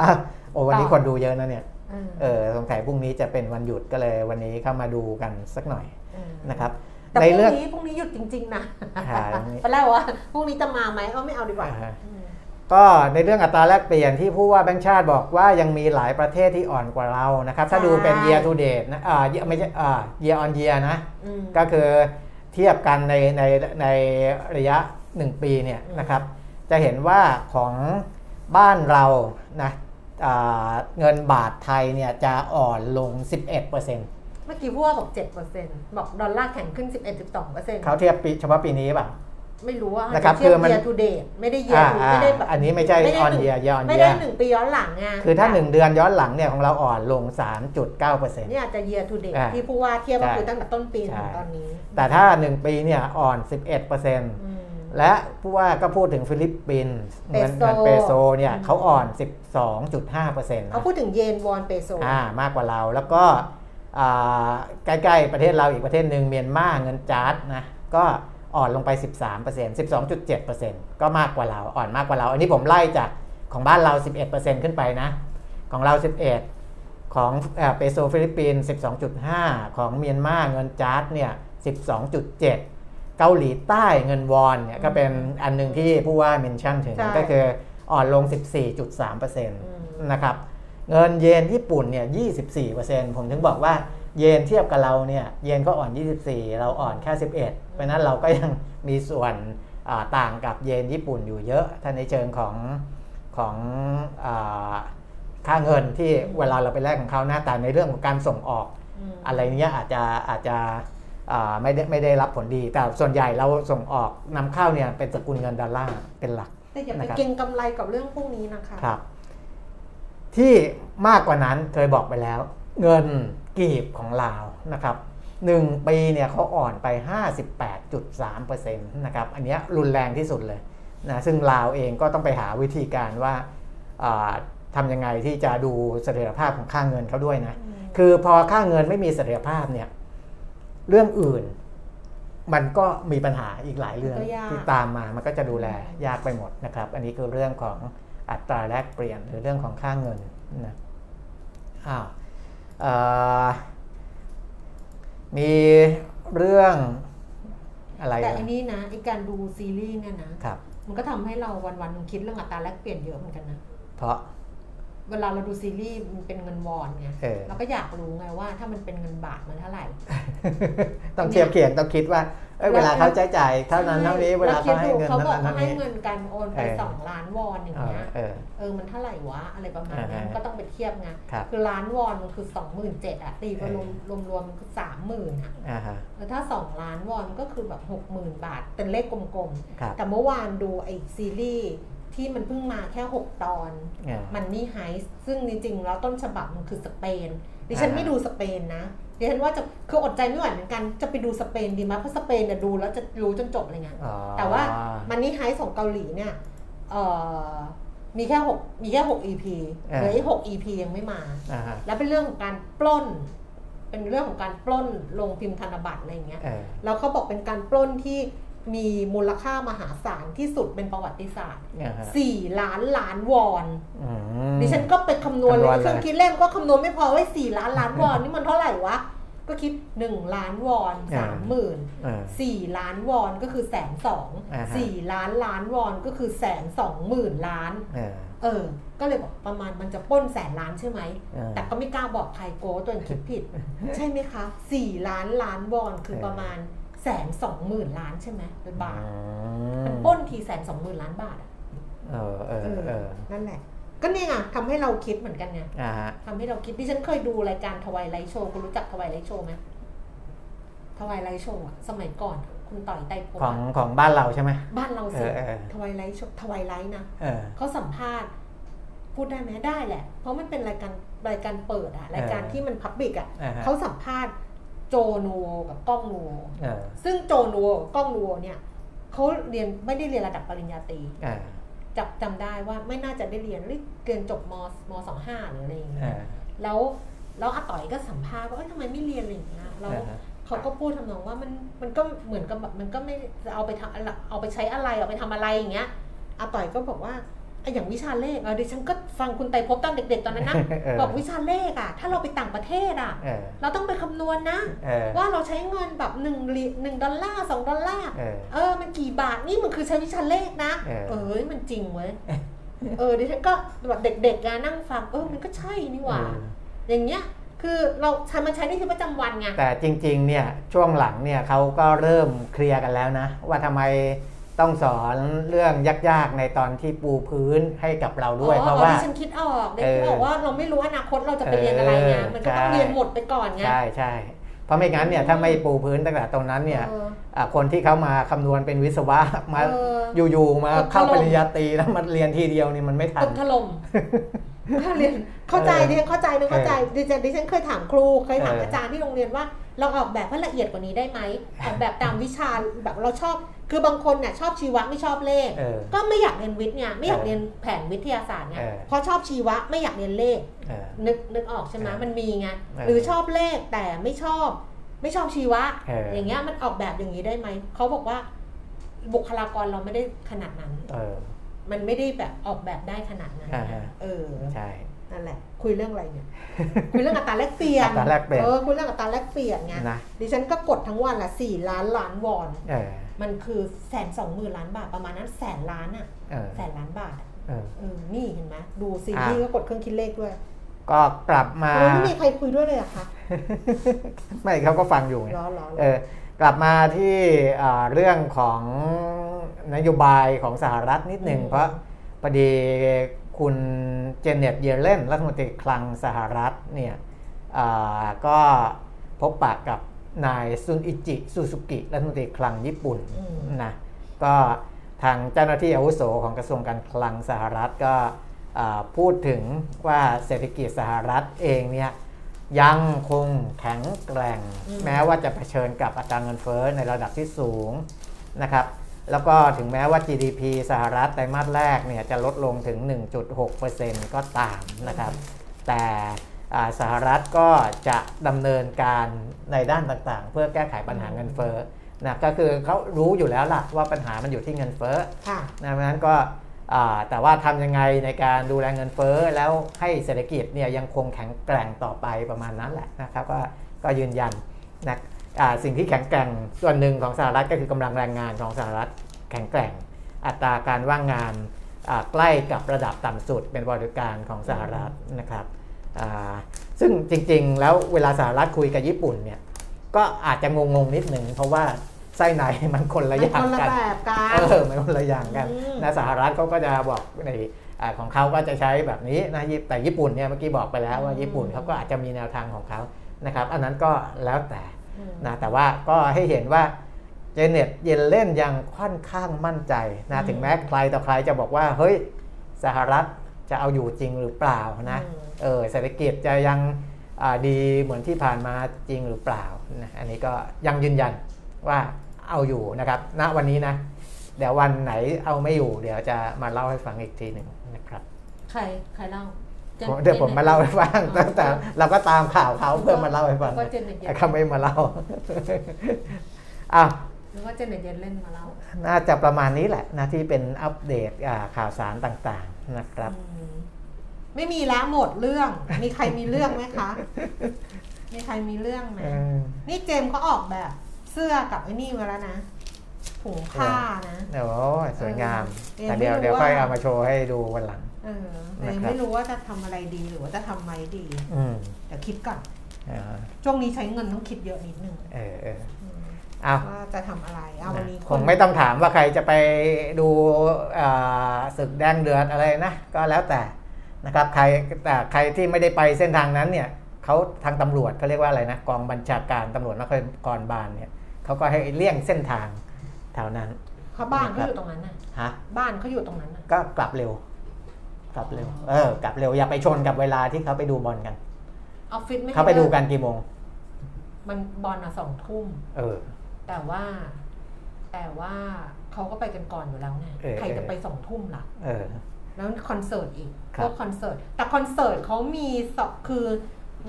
อ้าวโอ้วันนี้ ต่อ คนดูเยอะนะเนี่ย อืม เออสงสัยพรุ่งนี้จะเป็นวันหยุดก็เลย วันนี้เข้ามาดูกันสักหน่อย ม นะครับ แต่ ใน พรุ่ เรื่อง ง นี้พรุ่งนี้หยุดจริง ๆ นะ หาอย่างนี้ ไปแล้วว่าพรุ่งนี้จะมาไหมก็ไม่เอาดีกว่า อ่าฮะ อืม ก็ในเรื่องอัตราแลกเปลี่ยนที่ผู้ว่าแบงค์ชาติบอกว่ายังมีหลายประเทศที่อ่อนกว่าเรานะครับ ถ้าดูเป็น year to date นะอ่า year- ไม่ใช่อ่า year on year นะ อืม ก็คือเทียบกันในในในระยะ 1 ปีเนี่ย อืม นะครับ จะเห็นว่าของบ้านเรานะอ่าเงินบาทไทยเนี่ยจะอ่อนลง 11% เมื่อกี้พูดว่าบอก7เปอร์เซ็นต์บอกดอลลาร์แข็งขึ้น 11.2เปอร์เซ็นต์ เขาเทียบปีเฉพาะปีนี้ป่ะ ไม่รู้ว่า นะครับ เชื่ คือมัน เยียร์ทูเดทไม่ได้เยียร์ทู อ่า ไม่ได้แบบ อ่าอันนี้ไม่ใช่ ด้ on หง year year on ไม่ได้ year หนึ่งปีย้อนหลังไง คือถ้า 1 เดือนย้อนหลังเนี่ยของเราอ่อนลง 3.9% เนี่ยจะเยียร์ทูเดท อ่า ที่ผู้ว่าเทียบก็ ใช่ คือตั้งแต่ต้นปีถึง ใช่ ตอนนี้ แต่ถ้า 1 ปีเนี่ยอ่อน 11% อืม และผู้ว่าก็พูดถึงฟิลิปปินส์เงินเงินเปโซเนี่ยเขาอ่อน 12.5%นะ เขาพูดถึงเยนวอนเปโซ อ่ามากกว่าเราแล้วก็อ่าใกล้ๆประเทศเราอีกประเทศหนึ่งเมียนมาเงินจาร์ดนะก็อ่อนลงไป 13% 12.7%ก็มากกว่าเราอ่อนมากกว่าเรา อันนี้ผมไล่จากของบ้านเรา 11%ขึ้นไปนะ ของเรา 11 ของเอ่อเปโซฟิลิปปินส์12.5 ของเมียนมาเงินจาร์ดเนี่ย 12.7 เกาหลีใต้เงินวอนเนี่ยก็เป็นอันหนึ่งที่ผู้ว่าเมนชั่นถึง ใช่ ก็คืออ่อนลง 14.3%นะครับ เงินเยนญี่ปุ่นเนี่ย 24 ผมถึงบอกว่าเยนเทียบกับเราเนี่ย เยนก็อ่อน 24 เราอ่อนแค่ 11 เพราะฉะนั้นเราก็ยังมีส่วนอ่าต่างกับเยนญี่ปุ่นอยู่เยอะ ถ้าในเชิงของของอาค่าเงินที่เวลาเราไปแลกของเขาหน้าแต่ในเรื่องของการส่งออก อะไรเนี้ยอาจจะอาจจะอ่าไม่ได้ไม่ได้รับผลดี แต่ส่วนใหญ่เราส่งออกนำเข้าเนี่ยเป็นสกุลเงินดอลลาร์เป็นหลัก แต่อย่าไป นะครับ เก่งกำไรกับเรื่องพวกนี้นะคะ ครับที่มากกว่านั้นเคยบอกไปแล้ว เงินกีบของลาวนะครับหนึ่งปีเนี่ยเขาอ่อนไป 58.3%นะครับอันเนี้ยรุนแรงที่สุดเลยนะซึ่งลาวเองก็ต้องไปหาวิธีการว่าอ่าทำยังไงที่จะดูเสถียรภาพของค่างเงินเขาด้วยนะ คือพอค่าเงินไม่มีเสถียรภาพเนี่ยเรื่องอื่น มันก็มีปัญหาอีกหลายเรื่อง มันก็ยาก ที่ตามมามันก็จะดูแลยากไปหมดนะครับ อันนี้คือเรื่องของอัตราแลกเปลี่ยนหรือเรื่องของค่าเงินนะอ้าวเอ่อมีเรื่องอะไร แต่ อ่ะ อันนี้นะไอการดูซีรีส์เนี่ยนะ ครับ มันก็ทำให้เราวันวันๆหนึงคิดเรื่องอัตราแลกเปลี่ยนเยอะเหมือนกันนะ เพราะ เวลาเราดูซีรีส์มันเป็นเงินวอนไง เออ เราก็อยากรู้ไงว่าถ้ามันเป็นเงินบาทมันเท่าไหร่ ต้องเทียบเคียงต้องคิดว่า เอ้ยเวลาเขาใช้จ่ายเท่านั้นเท่านี้ เวลา คิ เขา ด ให้ ดู เงิน เขา เท่า บอก นั้น เขา เท่า ให้ นี้ เงินกันโอนไป เออ สองล้านวอนอย่าง เออ เงี้ย เออ เออมันเท่าไหร่วะอะไรประมาณนั้น อ่าฮะ ก็ต้องไปเทียบไง ครับ คือล้านวอนมันคือสองหมื่นเจ็ดอะตีไปรวม เออ รวมรวมๆมันคือสามหมื่นอะ อ่าฮะ แล้วถ้าสองล้านวอนก็คือแบบหกหมื่นบาทเป็นเลขกลม ครับ ๆ แต่เมื่อวานดูไอซีรีส์ที่มันเพิ่งมาแค่หกตอน อ่า มันนี่ไฮส์ซึ่งจริงๆ แล้วต้นฉบับมันคือสเปน ดิฉัน อ่า ไม่ดูสเปนนะ ดิฉันว่าจะคืออดใจไม่ไหวเหมือนกัน จะไปดูสเปนดีไหมเพราะสเปนเนี่ยดูแล้วจะรู้จนจบเลยไง อ๋อ แต่ว่า มันนี่ไฮส์ของเกาหลีเนี่ยเอ่อมีแค่หกมีแค่หก EP เหลืออีกหก EP ยังไม่มา อ่าฮะ แล้วเป็นเรื่องของการปล้น เป็นเรื่องของการปล้นลงพิมพ์ธนบัตรอะไรอย่างเงี้ย เออ แล้วเขาบอกเป็นการปล้นที่มีมูลค่ามหาศาลที่สุดเป็นประวัติศาสตร์ อ่าฮะ สี่ล้านล้านวอน อืม ดิฉันก็ไปคำนวณเล คำนวย ณ เครื่อง เลย คิดเลขก็คำนวณไม่พอไว้สี่ล้านล้านวอน นี่มันเท่าไหร่วะ ก็คิดหนึ่งล้านวอน อ่า สามหมื่น อ่า สี่ล้านวอนก็คือแสนสอง อ่าฮะ สี่ล้านล้านวอนก็คือแสนสองหมื่นล้าน เออ เออ ก็เลยบอกประมาณมันจะปล้นแสนล้านใช่ไหม อ่า แต่ก็ไม่กล้าบอกใครโกลัววาตัวเองคิดผิด ใช่ไหมคะสี่ล้านล้านวอนคือ เออ ประมาณแสนสองหมื่นล้านใช่ไหมเป็นบาท อื มัน ม ปล้นทีแสนสองหมื่นล้านบาทอะ เออเออเออ นั่นแหละ ก็เนี่ยไงทำให้เราคิดเหมือนกันไง อ่าฮะ ทำให้เราคิดที่ฉันเคยดูรายการทวายไลท์โชว์คุณรู้จักทวายไลท์โชว์ไหมทวายไลท์โชว์อะสมัยก่อน คุณต่อยไตรภพ ของ อะ ของบ้านเราใช่ไหม บ้านเราสิ เออเออ ทวายไลท์โชว์ทวายไลท์นะ เออ เขาสัมภาษณ์ พูดได้ไหมได้แหละ เพราะมันเป็นรายการรายการเปิดอะรายการ เออ ที่มันพับบิกอะ อ่าฮะ เขาสัมภาษณ์โจนูโวกับก้องนูโว เออ ซึ่งโจนูโวกับก้องนูโวเนี่ยเขาเรียนไม่ได้เรียนระดับปริญญาตรี อ่า จับจำได้ว่าไม่น่าจะได้เรียนหรือเกินจบมมสองห้าหรืออะไรอย่าง เอ เงี้ย อ แล้วแล้วอาต่อยก็สัมภาษณ์ว่าเอ้ยทำไมไม่เรียนอะไรอย่างเงี้ยแล้ว อ่าฮะ เขาก็พูดทำนองว่ามันมันก็เหมือนกับแบบมันก็ไม่จะเอาไปทำอะไรเอาไปใช้อะไรเอาไปทำอะไรอย่างเงี้ยอาต่อยก็บอกว่าอ่ะอย่างวิชาเลขเออดิฉันก็ฟังคุณไตรภพตอนเด็ก ๆ ตอนนั้นนะ เออ บอกวิชาเลขอ่ะถ้าเราไปต่างประเทศอ่ะ เออ เราต้องไปคำนวณนะ เออ ว่าเราใช้เงินแบบหนึ่งเหรียญหนึ่งดอลลาร์สองดอลลาร์ เออ เออ มันกี่บาท นี่มันคือใช้วิชาเลขนะ เออ เออ มันจริงเว้ย เออ ดิฉันก็แบบเด็กๆนะนั่งฟัง เออ มันก็ใช่นี่หว่า อย่างเงี้ย คือเราใช้มันใช้ในชีวิตประจำวันไง แต่จริงๆ เนี่ยช่วงหลังเนี่ยเขาก็เริ่มเคลียร์กันแล้วนะ ว่าทำไมต้องสอนเรื่องยากๆ ในตอนที่ปูพื้นให้กับเราด้วย อ๋อ เพราะว่า ดิฉันคิดออกดิ เอ ฉัน อ บอกว่าเราไม่รู้อนาคตเราจะไปเรียนอะไรไง เออ มันก็ต้อง ใช่ เรียนหมดไปก่อนไง ใช่ใช่เพราะไม่งั้นเนี่ยถ้าไม่ปูพื้นตั้งแต่ตรงนั้นเนี่ย เออ อ่ะคนที่เขามาคำนวณเป็นวิศวะ มา เอ อยู่ๆมา ตกถล่ม เข้าปริญญาตรีแล้ว มันเรียนทีเดียวเนี่ยมันไม่ทั ตึ น กถ ล่มก็เรียน เข้าใจ เออ ดิฉันเข้าใจนะเข้าใจ ดิฉันดิฉันเคยถามครู เคยถาม เอออ อาจารย์ที่โรงเรียนว่า เราออกแบบให้ละเอียดกว่านี้ได้ไหมออกแบบตามวิชาแบบเราชอบ คือบางคนเนี่ยชอบชีวะไม่ชอบเลข เออ ก็ไม่อยากเรียนวิทย์ไงไม่อยาก เออ เรียนแผนวิทยาศาสตร์ไง เออ เพราะชอบชีวะไม่อยากเรียนเลข เออ นึกนึกออกใช่ไหม เออ มันมีไง เออ หรือชอบเลขแต่ไม่ชอบ ไม่ชอบชีวะ เออ อ อ ย่างเงี้ยมันออกแบบอย่างนี้ได้ไหมเขาบอกว่า บุคลากรเราไม่ได้ขนาดนั้น เออ มันไม่ได้แบบออกแบบได้ขนาดนั้น อ่าฮะ เออ ใช่ นั่นแหละ คุยเรื่องอะไรเนี่ย คุยเรื่องอัตราแลกเปลี่ยน อัตราแลกเปลี่ยน ออคุยเรื่องอัตราแลกเปลี่ยนไง นะ ดิฉันก็กดทั้งวันละสี่ล้านล้านวอน เออ มันคือแสนสองหมื่นล้านบาทประมาณนั้นแสนล้านอะ เออ แสนล้านบาทอะ เออ เออนี่เห็นไหมดูซีรีส์ อ่ะ ก็กดเครื่องคิดเลขด้วย ก็กลับมา โอ้ยไม่มีใครคุยด้วยเลยเหรอะคะ ไม่เขาก็ฟังอยู่ไง ร้อร้อ เออกลับมาที่เอ่อเรื่องของนโยบายของสหรัฐนิดหนึ่งเพราะพอดีคุณเจเน็ตเยเลนรัฐมนตรีคลังสหรัฐเนี่ยเอ่อก็พบปะกับนายซุนอิจิซูซุกิรัฐมนตรีคลังญี่ปุ่นนะก็ทางเจ้าหน้าที่อาวุโสของกระทรวงการคลังสหรัฐก็เอ่อพูดถึงว่าเศรษฐกิจสหรัฐเองเนี่ย ยังคงแข็งแกร่ง แม้ว่าจะเผชิญกับอัตราเงินเฟ้อในระดับที่สูงนะครับแล้วก็ถึงแม้ว่า GDP สหรัฐไตรมาสแรกเนี่ยจะลดลงถึง 1.6%ก็ตามนะครับ แต่อ่าสหรัฐก็จะดำเนินการในด้านต่างๆ เพื่อแก้ไขปัญหาเงินเฟ้อนะก็คือเขารู้อยู่แล้วล่ะว่าปัญหามันอยู่ที่เงินเฟ้อ ค่ะ นะเพราะฉะนั้นก็อ่าแต่ว่าทำยังไงในการดูแลเงินเฟ้อแล้วให้เศรษฐกิจเนี่ยยังคงแข็งแกร่งต่อไปประมาณนั้นแหละนะครับก็ก็ยืนยันนะอ่าสิ่งที่แข็งแกร่งส่วนหนึ่งของสหรัฐก็คือกำลังแรงงานของสหรัฐแข็งแกร่ง อัตราการว่างงานอ่าใกล้กับระดับต่ำสุดเป็นบริการของสหรัฐนะครับอ่าซึ่งจริงๆแล้วเวลาสหรัฐคุยกับญี่ปุ่นเนี่ยก็อาจจะงงๆนิดหนึ่งเพราะว่า ไส้ในมันคนละอย่าง มันคนละ กัน แบบกัน เออมันคนละอย่างกัน อืม นะสหรัฐเขาก็จะบอกในอ่าของเขาก็จะใช้แบบนี้นะญี่แต่ญี่ปุ่นเนี่ยเมื่อกี้บอกไปแล้วว่าญี่ปุ่นเขาก็อาจจะมีแนวทางของเขานะครับอันนั้นก็แล้วแต่ อืม นะแต่ว่าก็ให้เห็นว่าเจเน็ตเยนเล่นยังค่อนข้างมั่นใจนะ อืม ถึงแม้ใครต่อใครจะบอกว่าเฮ้ยสหรัฐจะเอาอยู่จริงหรือเปล่านะ อืม เออเศรษฐกิจจะยังอ่าดีเหมือนที่ผ่านมาจริงหรือเปล่านะอันนี้ก็ยังยืนยันว่าเอาอยู่นะครับณวันนี้นะ เดี๋ยววันไหนเอาไม่อยู่ เดี๋ยวจะมาเล่าให้ฟังอีกทีหนึ่งนะครับ ใครใครเล่าจน ผมเดี๋ยวผมมาเล่าให้ฟัง อ๋อ ตั้งแต่เราก็ตามข่าวเขาเพื่อมาเล่าให้ฟัง ก็เจนเน็ตเย็น แต่เขาไม่มาเล่า อ้าว หรือว่าเจนเน็ตเย็นเล่นมาเล่า น่าจะประมาณนี้แหละนะที่เป็นอัปเดตอ่าข่าวสารต่างๆนะครับ อืมไม่มีแล้วหมดเรื่อง มีใครมีเรื่องไหมคะ มีใครมีเรื่องไหม เออ นี่เจมส์เขาออกแบบเสื้อกับไอ้นี่มาแล้วนะถุงผ้านะ เดี๋ยวสวยงาม เออ แต่เดี๋ยว ไม่รู้ เดี๋ยวค่อย ว่า เอามาโชว์ให้ดูวันหลัง เออแต่ยัง นะครับ ไม่รู้ว่าจะทำอะไรดีหรือว่าจะทำไว้ดี อืม เดี๋ยวคิดก่อน เออ ช่วงนี้ใช้เงินต้องคิดเยอะนิดนึง เออเออเอา ว่าจะทำอะไรเอาวันนี้ คงไม่ต้องถามว่าใครจะไปดูอ่าศึกแดงเดือดอะไรนะ ก็แล้วแต่นะครับใครแต่ใครที่ไม่ได้ไปเส้นทางนั้นเนี่ยเขาทางตำรวจเขาเรียกว่าอะไรนะกองบัญชาการตำรวจนครกรบาลเนี่ยเขาก็ให้เลี่ยงเส้นทางแถวนั้น เขาบ้านเขาอยู่ตรงนั้นน่ะ ฮะ บ้านเขาอยู่ตรงนั้นน่ะ ก็กลับเร็ว กลับเร็ว เออ กลับเร็วอย่าไปชนกับเวลาที่เขาไปดูบอลกัน ออฟฟิศไม่ให้ เขาไปดู ลิ กันกี่โมง มันบอลอ่ะสองทุ่ม เออ แต่ว่า แต่ว่าเขาก็ไปกันก่อนอยู่แล้วไง เออ ใครจะไปสองทุ่มล่ะ เออ แล้วคอนเสิร์ตอีก ครับ พวกคอนเสิร์ต แต่คอนเสิร์ตเขามีสองคือ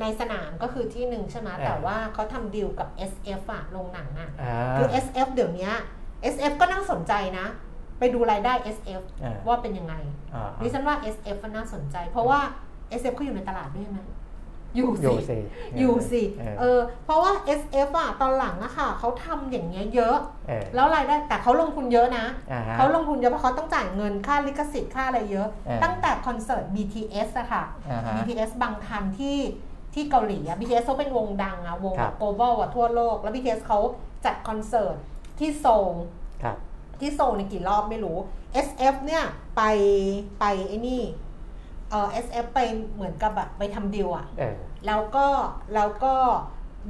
ในสนามก็คือที่หนึ่งใช่ไหม เออ แต่ว่าเขาทำดีลกับ SF อะโรงหนังอะ อ่า คือ SF เดี๋ยวเนี้ย SF ก็น่าสนใจนะ ไปดูรายได้ SF เออ ว่าเป็นยังไง อ่า ดิฉันว่า SF มันน่าสนใจ เพราะว่า SF เขาอยู่ในตลาดด้วยไหมอยู่ อยู่ สิ สิ อยู่สิ เออ เออเพราะว่า SF อะตอนหลังอะค่ะเขาทำอย่างเงี้ยเยอะ เออ แล้วรายได้แต่เขาลงทุนเยอะนะ อ่าฮะ เขาลงทุนเยอะเพราะเขาต้องจ่ายเงินค่าลิขสิทธิ์ค่าอะไรเยอะ เออ ตั้งแต่คอนเสิร์ต BTS อะค่ะ อ่าฮะ BTS บางทันที่ที่เกาหลีอะ BTS เขาเป็นวงดังอะวง ครั แบบ บ global อะทั่วโลก แล้ว BTS เขาจัดคอนเสิร์ตที่โซล ครับ ที่โซลในยกี่รอบไม่รู้ SF เนี่ยไปไปไอ้นี่เออ SF ไปเหมือนกับแบบไปทำดีลอะ เออ แล้วก็แล้วก็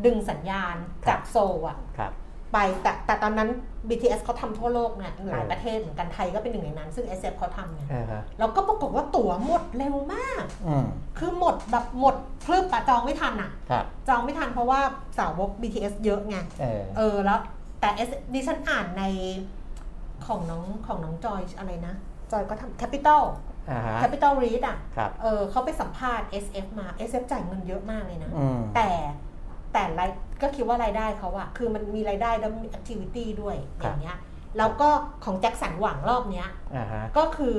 ดึงสัญญาณ ครับ จากโซลอะ ครับ ไปแต่แต่ตอนนั้น BTS เขาทำทั่วโลกไงหลาย เออ ประเทศเหมือนกันไทยก็เป็นหนึ่งในนั้น ซึ่ง SF เขาทำไง เออฮะ แล้วก็ปรากฏว่าตั๋วหมดเร็วมาก อืม คือหมดแบบหมดพรึบอะจองไม่ทันอะ ครับ จองไม่ทันเพราะว่าสาวก BTS เยอะไง เออ เออแล้วแต่ S ดิฉันอ่านในของน้องของน้องจอยอะไรนะ จอยก็ทำ Capital อ่าฮะ Capital Read อะ ครับ เออเขาไปสัมภาษณ์ SF มา SF จ่ายเงินเยอะมากเลยนะ อืม แต่แต่รายก็คิดว่ารายได้เขาอะคือมันมีรายได้แล้วมีแอคทิวิตี้ด้วยอย่างเงี้ยแล้วก็ของแจ็คสันหวังรอบเนี้ย อ่าฮะ ก็คือ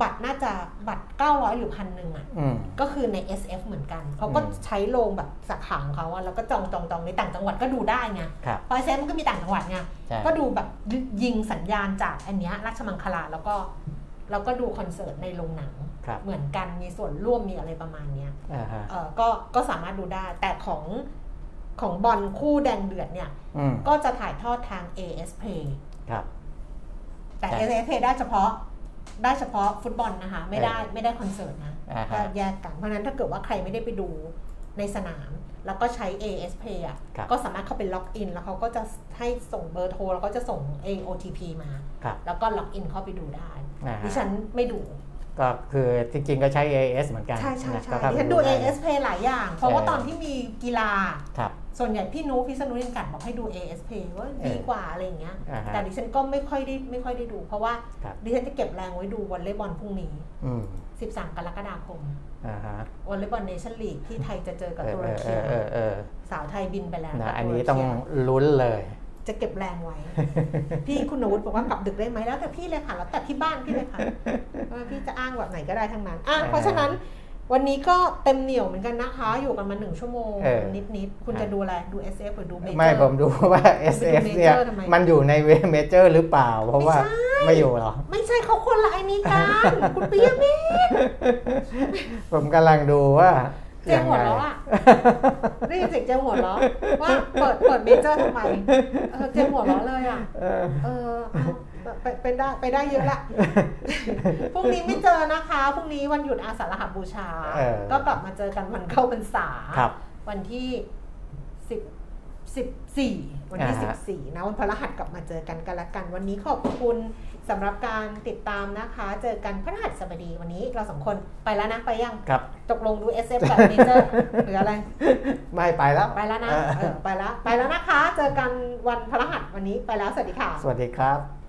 บัตรน่าจะบัตร 900 หรือพันหนึ่งอะ อืม ก็คือใน SF เหมือนกัน เขาก็ อืม ใช้โรงแบบสาขาของเขาอะแล้วก็จองจองจองในต่างจังหวัดก็ดูได้ไง ครับ เพราะเซมันก็มีต่างจังหวัดไง ใช่ ก็ดูแบบยิงสัญญาณจากอันเนี้ยราชมังคลาแล้วก็แล้วก็ดูคอนเสิร์ตในโรงหนัง ครับ เหมือนกันมีส่วนร่วมมีอะไรประมาณเนี้ย อ่าฮะ เอ่อก็ก็สามารถดูได้ แต่ของของบอลคู่แดงเดือดเนี่ย อืม ก็จะถ่ายทอดทาง AS Play ครับ แต่ ครับ AS Play ได้เฉพาะได้เฉพาะฟุตบอลนะคะ ไม่ได้ไม่ได้คอนเสิร์ตนะ อ่า ก็ ฮะ แยกกัน เพราะฉะนั้นถ้าเกิดว่าใครไม่ได้ไปดูในสนาม แล้วก็ใช้ AS Play อ่ะ ครับ ก็สามารถเข้าไปล็อกอิน แล้วเขาก็จะให้ส่งเบอร์โทร แล้วก็จะส่ง AOTP มา ครับ แล้วก็ล็อกอินเข้าไปดูได้ อ่า ดิ ฮะ ฉันไม่ดู ก็คือจริงๆก็ใช้ AS เหมือนกัน ใช่ใช่ นะ ใช่ ก็เข้า ดิ ไป ฉันดู ไ AS Play หลายอย่าง เพราะว่า เออ ตอนที่มีกีฬา ครับ ส่วนใหญ่พี่นุพี่สนุยิงกัดบอกให้ดู ASP ว่าดีกว่าอะไรอย่างเงี้ย อ่าฮะ แต่ดิฉันก็ไม่ค่อยได้ไม่ค่อยได้ดู เพราะว่า ครับ ดิฉันจะเก็บแรงไว้ดูวอลเลย์บอลพรุ่งนี้ อืม 13 กรกฎาคม อ่าฮะ วอลเลย์บอลเนชั่นลีกที่ไทยจะเจอกับ เออ ตุร เออเอ กี อเออเออ สาวไทยบินไปแล้ว นะ กับ อันนี้ ตุรกี ต้องลุ้นเลย จะเก็บแรง ไว้ พี่คุณวุฒิบอกว่ากลับดึกได้ไหมแล้วแต่พี่เลยค่ะแล้วแต่ที่บ้านพี่เลย ค่ะเออพี่จะอ้างแบบไหนก็ได้ทั้งนั้นอ่ะ เออ เพราะฉะนั้นวันนี้ก็เต็มเหนียวเหมือนกันนะคะ อยู่กันมาหนึ่งชั่วโมง เออ นิดๆคุณจะดูอะไรดู SF หรือดูเมเจอร์ ไม่ผมดูว่า SF มันเป็นเมเนี่ยเจอร์ทำไม มันอยู่ในเวเมเจอร์หรือเปล่า เพราะว่า ไม่ใช่ ไม่อยู่หรอ ไม่ใช่เขาคนละไอ้นี้กัน คุณปิยมิตร ผมกำลังดูว่า เจ๊หัวเราะอ่ะได้ยินเสียงเจ๊หัวเราะว่าเปิดเปิดเมเจอร์ทำไมเออเจ๊หัวเราะเลยอ่ะ เออ เออเอาไปไปได้ไปได้เยอะละ พรุ่งนี้ไม่เจอนะคะ พรุ่งนี้วันหยุดอาสาฬหบูชา เออ ก็กลับมาเจอกันวันเข้าพรรษา ครับ วันที่สิบสิบสี่วันที่ อ่า สิบ ฮะ สี่นะวันพฤหัสกลับมาเจอกันกันละกัน วันนี้ขอบคุณสำหรับการติดตามนะคะ เจอกันพฤหัสบดีวันนี้เราสองคนไปแล้วนะไปยัง ครับ ตกลงดู SF กับเมเจอร์หรืออะไร ไม่ไปแล้ว ไปแล้วนะ เออ เออไปแล้วไปแล้วนะคะ เจอกันวันพฤหัสวันนี้ไปแล้วสวัสดีค่ะ สวัสดีครับ